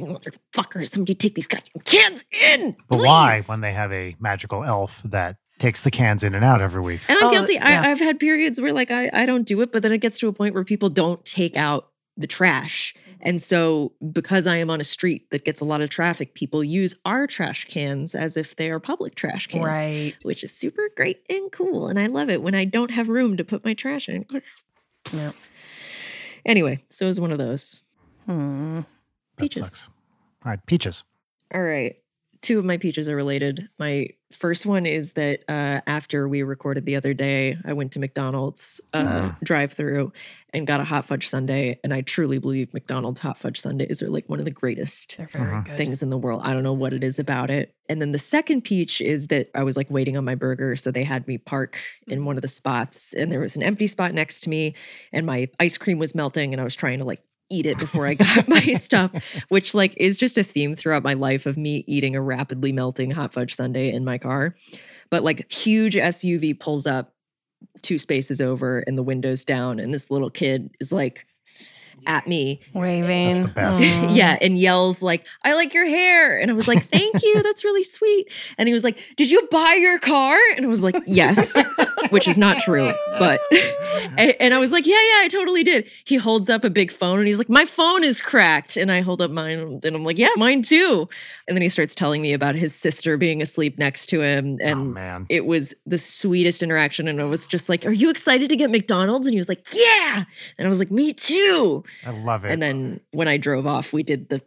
like, motherfucker, somebody take these goddamn cans in.
But why
please!"
when they have a magical elf that takes the cans in and out every week?
and I'm
Oh,
guilty.
yeah.
I, I've had periods where like I, I don't do it, but then it gets to a point where people don't take out the trash.
Mm-hmm.
And so because I am on a street that gets a lot of traffic, people use our trash cans as if they are public trash cans.
Right.
which is super great and cool. And I love it when I don't have room to put my trash in.
Yep.
Anyway, so it was one of those.
Hmm.
That
Peaches.
sucks. All right, peaches.
All right. Two of my peaches are related. My first one is that uh, after we recorded the other day, I went to McDonald's uh,
Mm.
drive through and got a hot fudge sundae. And I truly believe McDonald's hot fudge sundaes are like one of the greatest
They're very
Mhm.
good.
things in the world. I don't know what it is about it. And then the second peach is that I was like waiting on my burger. So they had me park in one of the spots and there was an empty spot next to me and my ice cream was melting and I was trying to like eat it before I got my stuff, which like is just a theme throughout my life of me eating a rapidly melting hot fudge sundae in my car. But like huge SUV pulls up two spaces over and the windows down and this little kid is like at me
Waving.
That's the best.
Mm.
Mm-hmm. yeah, and yells like, "I like your hair," and I was like, "Thank you, that's really sweet." And he was like, "Did you buy your car?" And I was like, "Yes," which is not true, but. And, and I was like, "Yeah, yeah, I totally did." He holds up a big phone and he's like, "My phone is cracked," and I hold up mine and I'm like, "Yeah, mine too." And then he starts telling me about his sister being asleep next to him and
oh, man.
it was the sweetest interaction. And I was just like, Are you excited to get McDonald's? And he was like, Yeah. And I was like, Me too.
I love it.
And then when I drove off, we did the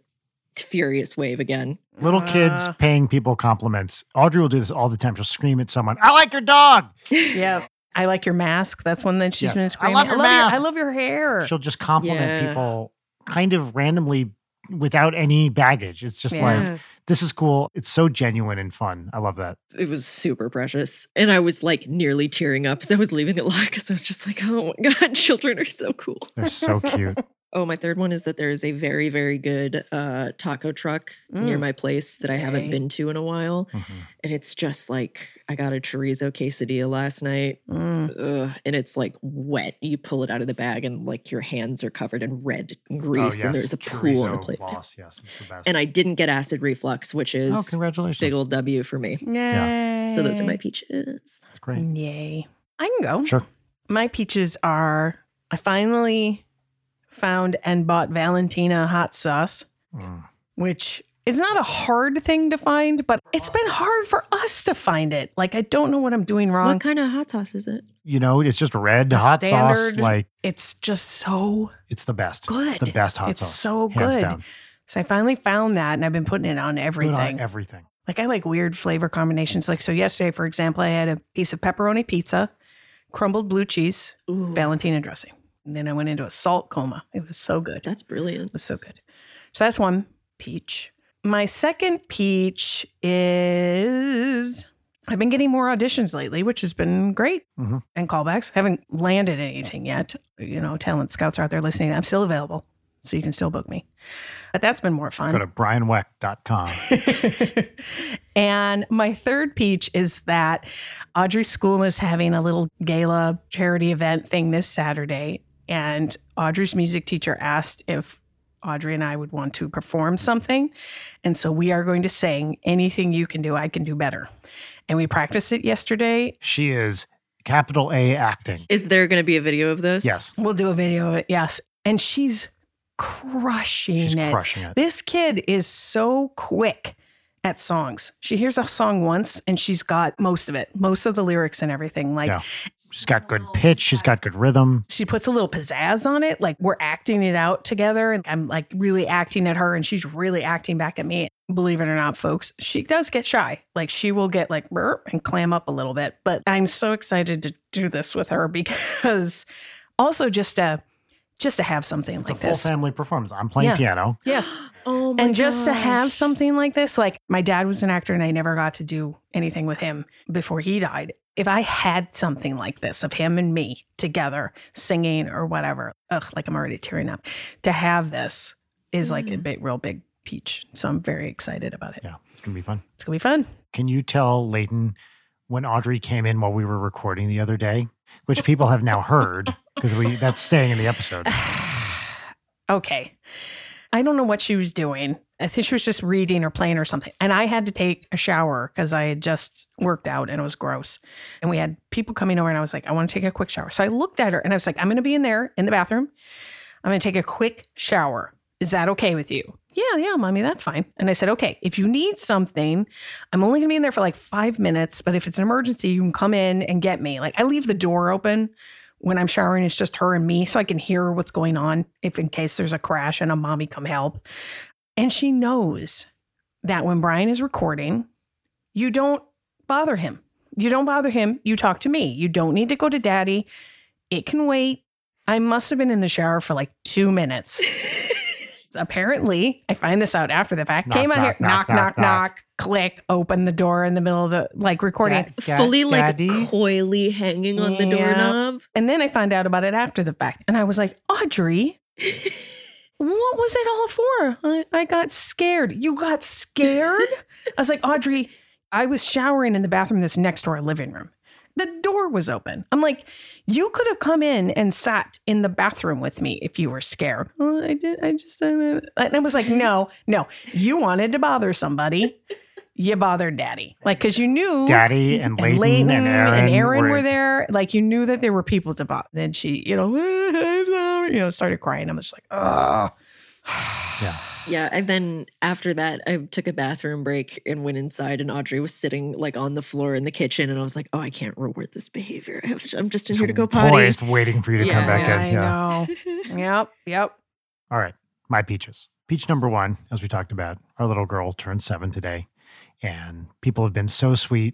furious wave again.
Little kids
Uh.
paying people compliments. Audrey will do this all the time. She'll scream at someone, I like your dog.
Yeah. I like your mask. That's one that she's
Yes.
been
I
screaming.
love your mask."
I love your hair.
She'll just compliment
Yeah.
people kind of randomly without any baggage. It's just like,
Yeah.
this is cool. It's so genuine and fun. I love that.
It was super precious. And I was like nearly tearing up as I was leaving the lot because I was just like, Oh my God, children are so cool.
They're so cute.
Oh, my third one is that there is a very, very good uh, taco truck near
Mm.
my place that I haven't
Okay.
been to in a while.
Mhm.
And it's just like, I got a chorizo quesadilla last night.
Mm.
Ugh, and it's like wet. You pull it out of the bag, and like your hands are covered in red
Oh,
grease, and there's a pool on the
Chorizo
plate.
Loss, yes, it's the best.
And I didn't get acid reflux, which is
oh, congratulations,
big old W for me.
Yay.
So those are my peaches.
that's great.
Yay. I can go.
Sure.
My peaches are I finally found and bought Valentina hot sauce,
Mm.
which is not a hard thing to find, but it's been hard for us to find it. Like I don't know what I'm doing wrong.
What kind of hot sauce is it?
You know, it's just red
A
hot sauce.
standard-
Like
It's just so
it's the best.
good.
It's the best hot
It's
sauce.
so
Hands
good.
down.
So I finally found that and I've been putting it on
Good
everything.
on everything.
Like I like weird flavor combinations. Like so yesterday, for example, I had a piece of pepperoni pizza, crumbled blue cheese,
Ooh,
Valentina dressing. And then I went into a salt coma. It was so good. It
that's brilliant.
was so good. So that's one peach. My second peach is I've been getting more auditions lately, which has been great.
Mhm.
And callbacks. Haven't landed anything yet. You know, talent scouts are out there listening. I'm still available. So you can still book me. But that's been more fun.
Go to brianweck.com.
and my third peach is that Audrey School is having a little gala charity event thing this Saturday. And Audrey's music teacher asked if Audrey and I would want to perform something. And so we are going to sing anything you can do, I can do better. And we practiced it yesterday.
She is capital A acting.
Is there going to be a video of this?
Yes,
We'll do a video of it. Yes. And she's crushing
she's
it.
crushing it.
This kid is so quick at songs. She hears a song once and she's got most of it, most of the lyrics and everything. Like
Yeah. She's got good pitch. She's got good rhythm.
she puts a little pizzazz on it. Like we're acting it out together. And I'm like really acting at her and she's really acting back at me. Believe it or not, folks, she does get shy. Like she will get like burp and clam up a little bit. But I'm so excited to do this with her because also just to just to have something
It's
like
a full
this.
family performance. I'm playing
Yeah.
piano.
Yes.
Oh my
and just to have
gosh.
something like this like my dad was an actor and i never got to do anything with him before he died if i had something like this of him and me together singing or whatever ugh like i'm already tearing up to have this is like a
Yeah.
big real big peach so i'm very excited about it
Yeah, it's gonna be fun.
it's gonna be fun
Can you tell Leighton when Audrey came in while we were recording the other day, which people have now heard because we that's staying in the episode.
okay i don't know what she was doing i think she was just reading or playing or something and i had to take a shower because i had just worked out and it was gross and we had people coming over and i was like i want to take a quick shower so i looked at her and i was like i'm going to be in there in the bathroom i'm going to take a quick shower is that okay with you yeah yeah mommy that's fine and i said okay if you need something i'm only going to be in there for like five minutes but if it's an emergency you can come in and get me like i leave the door open when i'm showering it's just her and me so i can hear what's going on if in case there's a crash and a mommy come help and she knows that when brian is recording you don't bother him you don't bother him. You talk to me. You don't need to go to daddy. It can wait. I must have been in the shower for like two minutes. Apparently, I find this out after the fact.
Knock,
Came out here,
knock,
knock, knock, knock,
knock, knock.
click, open the door in the middle of the like recording.
Da-
fully like
Daddy?
coyly hanging on the
Yeah.
doorknob.
And then I find out about it after the fact. And I was like, Audrey, what was it all for? I, I got scared. You got scared? I was like, Audrey, I was showering in the bathroom that's next to our living room. The door was open. I'm like, you could have come in and sat in the bathroom with me if you were scared. "Oh, I did. I just. uh, uh," and I was like, no, no. You wanted to bother somebody. You bothered daddy, like, because you knew
Daddy and Leighton and,
Leighton
Aaron,
were, there. Like you knew that there were people to bother. Then she, you know, you know, started crying. I'm just like, oh,
Yeah, and then after that, I took a bathroom break and went inside, and Audrey was sitting like on the floor in the kitchen, and I was like, "Oh, I can't reward this behavior. I have to- I'm just in here to go potty."
Poised, waiting for you to
Yeah,
come back
I
in. Yeah.
Oh. know. yep, yep.
All right, my peaches. Peach number one, as we talked about, our little girl turned seven today, and people have been so sweet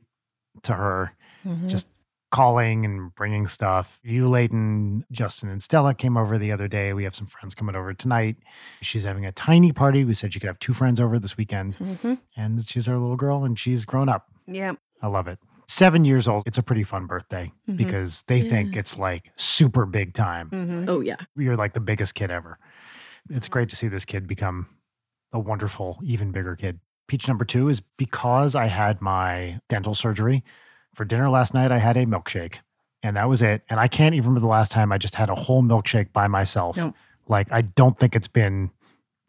to her, Just- calling and bringing stuff. You, Leighton, Justin, and Stella came over the other day. We have some friends coming over tonight. She's having a tiny party. We said she could have two friends over this weekend,
Mhm.
and she's our little girl, and she's grown up.
mm-hmm. yep.
I love it. Seven years old, it's a pretty fun birthday
Mhm.
because they think it's like super big time.
Mhm.
Oh yeah,
You're like the biggest kid ever. It's
Mm-hmm.
great to see this kid become a wonderful, even bigger kid. Peach number two is because I had my dental surgery for dinner last night, I had a milkshake and that was it. And I can't even remember the last time I just had a whole milkshake by myself.
Nope.
Like, I don't think it's been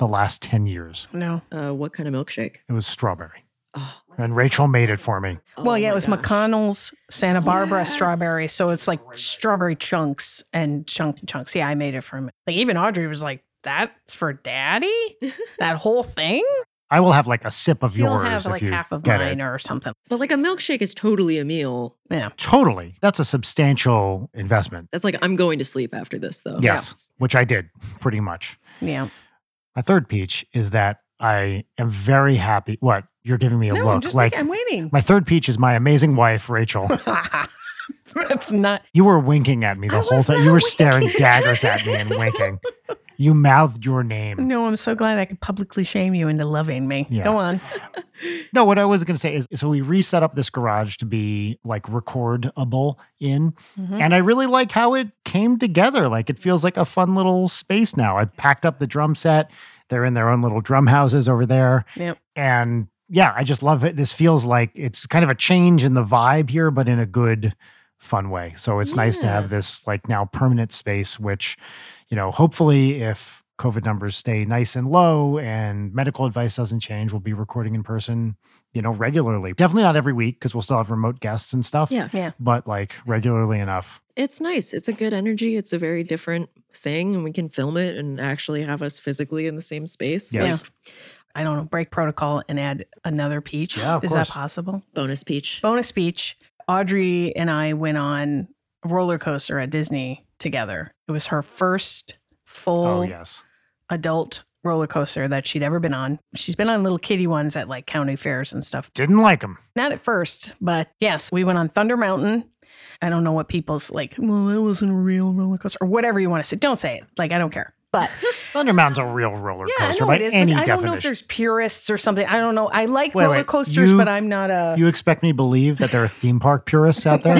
the last 10 years.
No.
Uh, what kind of milkshake?
It was strawberry.
Oh,
And Rachel made it for me.
well, yeah, it was
my gosh.
McConnell's Santa Barbara
Yes.
strawberry. So it's like strawberry chunks and chunk chunks. Yeah, I made it for him. Like even Audrey was like, "That's for Daddy." that whole thing.
I will have like a sip of
You'll
yours
have
if
like
you
half of
get
mine
it.
or something.
But like a milkshake is totally a meal.
Yeah.
Totally. That's a substantial investment.
That's like I'm going to sleep after this
Oh,
though.
Yes, which I did pretty much.
Yeah.
My third peach is that I am very happy. What? You're giving me a
No, I'm
look.
just
Like,
like, I'm waiting.
my third peach is my amazing wife, Rachel.
That's not
You were winking at me the
I
whole
was
time.
not
You were staring
winking.
daggers at me and winking. You mouthed your name.
No, I'm so glad I could publicly shame you into loving me.
Yeah.
Go on.
No, what I was going to say is so we reset up this garage to be like recordable in.
Mm-hmm.
And I really like how it came together. Like it feels like a fun little space now. I packed up the drum set. They're in their own little drum houses over there.
Yep.
And yeah, I just love it. This feels like it's kind of a change in the vibe here, but in a good, fun way. So it's nice to
Yeah.
have this like now permanent space, which, you know, hopefully if COVID numbers stay nice and low and medical advice doesn't change, we'll be recording in person, you know, regularly. Definitely not every week because we'll still have remote guests and stuff.
Yeah.
Yeah.
But like regularly enough.
It's nice. It's a good energy. It's a very different thing and we can film it and actually have us physically in the same space.
Yes.
Like,
I don't know, break protocol and add another peach.
Yeah, of
Is
course.
that possible?
bonus peach.
Bonus peach. Audrey and I went on a roller coaster at Disney together. It was her first full
Oh, yes.
adult roller coaster that she'd ever been on. She's been on little kiddie ones at like county fairs and stuff.
Didn't like them.
Not at first, but yes, we went on Thunder Mountain. I don't know what people's like, well, that wasn't a real roller coaster or whatever you want to say. Don't say it. Like, I don't care. But
Thunder Mountain's a real roller
yeah, I
coaster
know
by
it is. But I
any
don't know if
definition.
there's purists or something. I don't know. I like
Wait,
roller
wait,
coasters,
you-
but I'm not a.
You expect me to believe that there are theme park purists out there?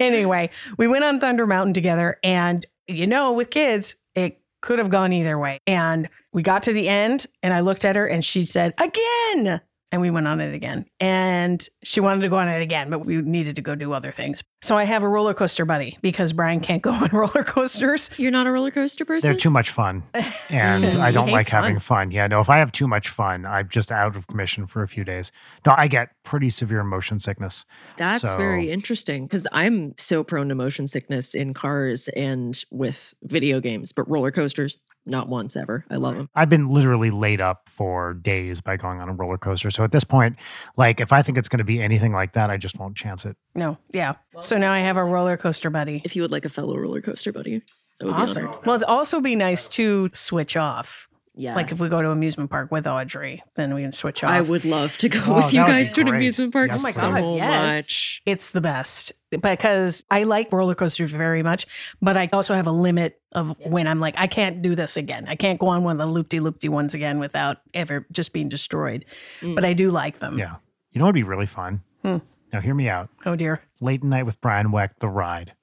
anyway, we went on Thunder Mountain together, and you know, with kids, it could have gone either way. And we got to the end, and I looked at her, and she said, "Again." And we went on it again. And she wanted to go on it again, but we needed to go do other things. So I have a roller coaster buddy because Brian can't go on roller coasters.
You're not a roller coaster person?
They're too much fun. And
Mm,
I
he
don't like
hates fun.
having fun. Yeah, no, if I have too much fun, I'm just out of commission for a few days. No, I get pretty severe motion sickness.
That's
So-
very interesting because I'm so prone to motion sickness in cars and with video games, but roller coasters, not once ever. I love them.
I've been literally laid up for days by going on a roller coaster. So at this point, like if I think it's going to be anything like that, I just won't chance it.
No, yeah. So now I have a roller coaster buddy.
If you would like a fellow roller coaster buddy, that would be
Awesome.
honored.
Well, it'd also be nice to switch off.
Yes.
Like if we go to amusement park with Audrey, then we can switch off.
I would love to go
Oh,
with you
that would be
guys to an
great.
amusement park
Yes,
so
Oh my
God, yes.
much.
It's the best because I like roller coasters very much, but I also have a limit of when I'm like, I can't do this again. I can't go on one of the loop de loop de ones again without ever just being destroyed.
Mm.
But I do like them.
Yeah. You know what would be really fun?
Hmm.
Now, hear me out.
Oh dear.
Late night with Brian Weck, the ride.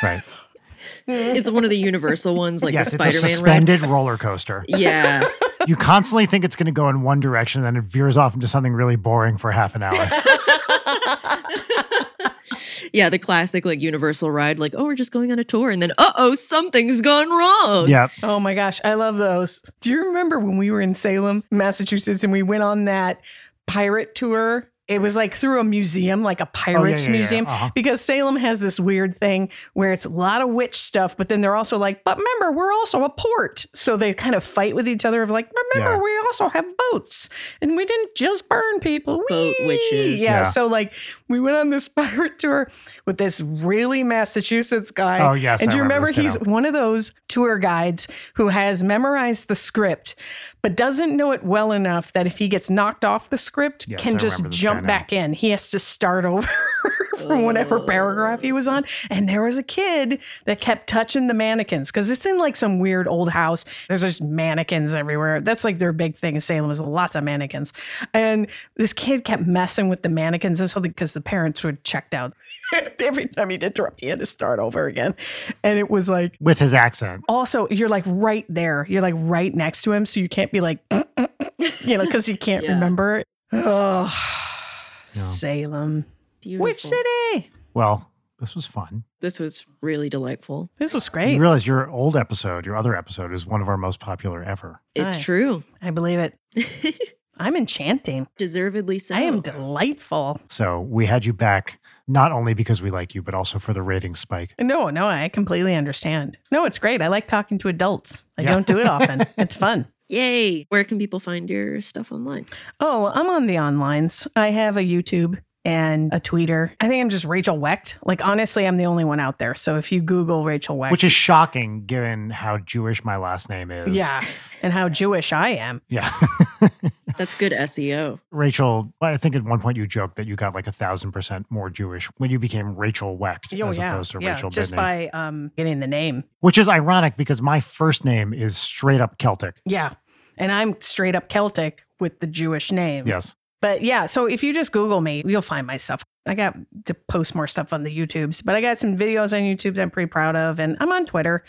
right.
Is it one of the universal ones, like
yes,
the
it's a
Spider Man ride?
suspended roller coaster.
Yeah.
You constantly think it's going to go in one direction, then it veers off into something really boring for half an hour.
Yeah. The classic, like, universal ride, like, oh, we're just going on a tour. And then, uh oh, something's gone wrong.
yeah.
Oh my gosh, I love those. Do you remember when we were in Salem, Massachusetts, and we went on that pirate tour? It was like through a museum, like a pirates
Oh, yeah, yeah, yeah.
museum,
Uh-huh.
because Salem has this weird thing where it's a lot of witch stuff, but then they're also like, but remember, we're also a port. So they kind of fight with each other of like, remember,
Yeah.
we also have boats and we didn't just burn people.
Boat
Whee!
witches.
Yeah,
Yeah.
So like we went on this pirate tour with this really Massachusetts guy.
Oh, yes,
And
I
do you
remember
remember,
this guy
he's
now.
one of those tour guides who has memorized the script but doesn't know it well enough that if he gets knocked off the script
Yes,
can
I
just
remember this guy
jump
now.
back in he has to start over from whatever paragraph he was on. And there was a kid that kept touching the mannequins because it's in like some weird old house. There's just mannequins everywhere. That's like their big thing in Salem is lots of mannequins. And this kid kept messing with the mannequins and something because the parents were checked out. Every time he'd interrupt, he had to start over again. And it was like,
with his accent.
also you're like right there you're like right next to him so you can't be like you know because you can't
Yeah.
remember oh
Yeah.
salem
Beautiful.
which city
Well, this was fun.
This was really delightful.
this was
You
great
realize your old episode, your other episode, is one of our most popular ever.
It's
Aye.
true.
i believe it i'm enchanting
Deservedly so.
i am delightful
So we had you back not only because we like you, but also for the rating spike.
no no i completely understand no it's great i like talking to adults i
Yeah.
don't do it often it's fun
Yay. Where can people find your stuff online?
Oh, I'm on the onlines. I have a YouTube and a Twitter. I think I'm just Rachel Wecht. Like honestly, I'm the only one out there. So if you Google Rachel Wecht,
Which is shocking given how Jewish my last name is.
yeah, and how Jewish I am.
Yeah.
That's good E SEO.
Rachel, I think at one point you joked that you got like a thousand percent more Jewish when you became Rachel Wecht
Oh,
as
yeah,
opposed to
yeah,
Rachel
just
Bidney.
by um, getting the name.
Which is ironic because my first name is straight up Celtic.
Yeah, and I'm straight up Celtic with the Jewish name.
Yes.
But yeah, so if you just Google me, you'll find my stuff. I got to post more stuff on the YouTubes, but I got some videos on YouTube that I'm pretty proud of. And I'm on Twitter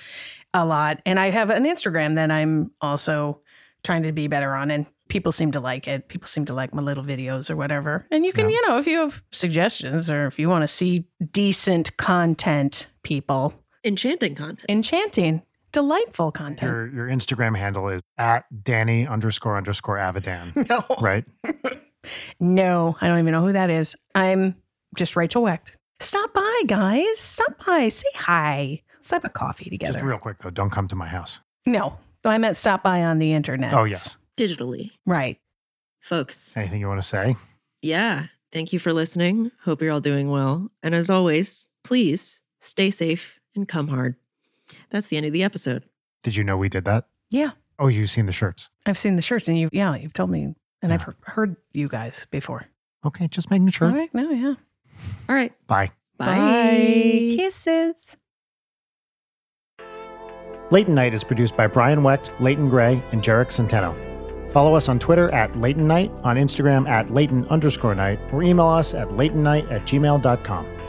a lot. And I have an Instagram that I'm also trying to be better on. And people seem to like it. People seem to like my little videos or whatever. And you can,
Yeah.
you know, if you have suggestions or if you want to see decent content, people,
Enchanting content.
enchanting, delightful content.
Your your Instagram handle is at Danny underscore underscore Avidan.
No.
right?
No, I don't even know who that is. I'm just Rachel Wecht. Stop by, guys. Stop by. Say hi. Let's have a coffee together.
Just real quick though, don't come to my house.
no, I meant stop by on the internet.
Oh yes.
Digitally.
Right.
Folks.
Anything you want to say?
Yeah. Thank you for listening. Hope you're all doing well. And as always, please stay safe and come hard. That's the end of the episode.
Did you know we did that?
Yeah.
Oh, you've seen the shirts.
I've seen the shirts and you, yeah, you've told me and I've
Yeah.
he- heard you guys before.
Okay, just making sure.
All right. No, yeah.
All right.
Bye.
Bye.
Kisses.
Leighton Night is produced by Brian Wecht, Leighton Gray, and Jarek Centeno. Follow us on Twitter at Leighton Night, on Instagram at Leighton underscore night, or email us at leightonnight at gmail.com.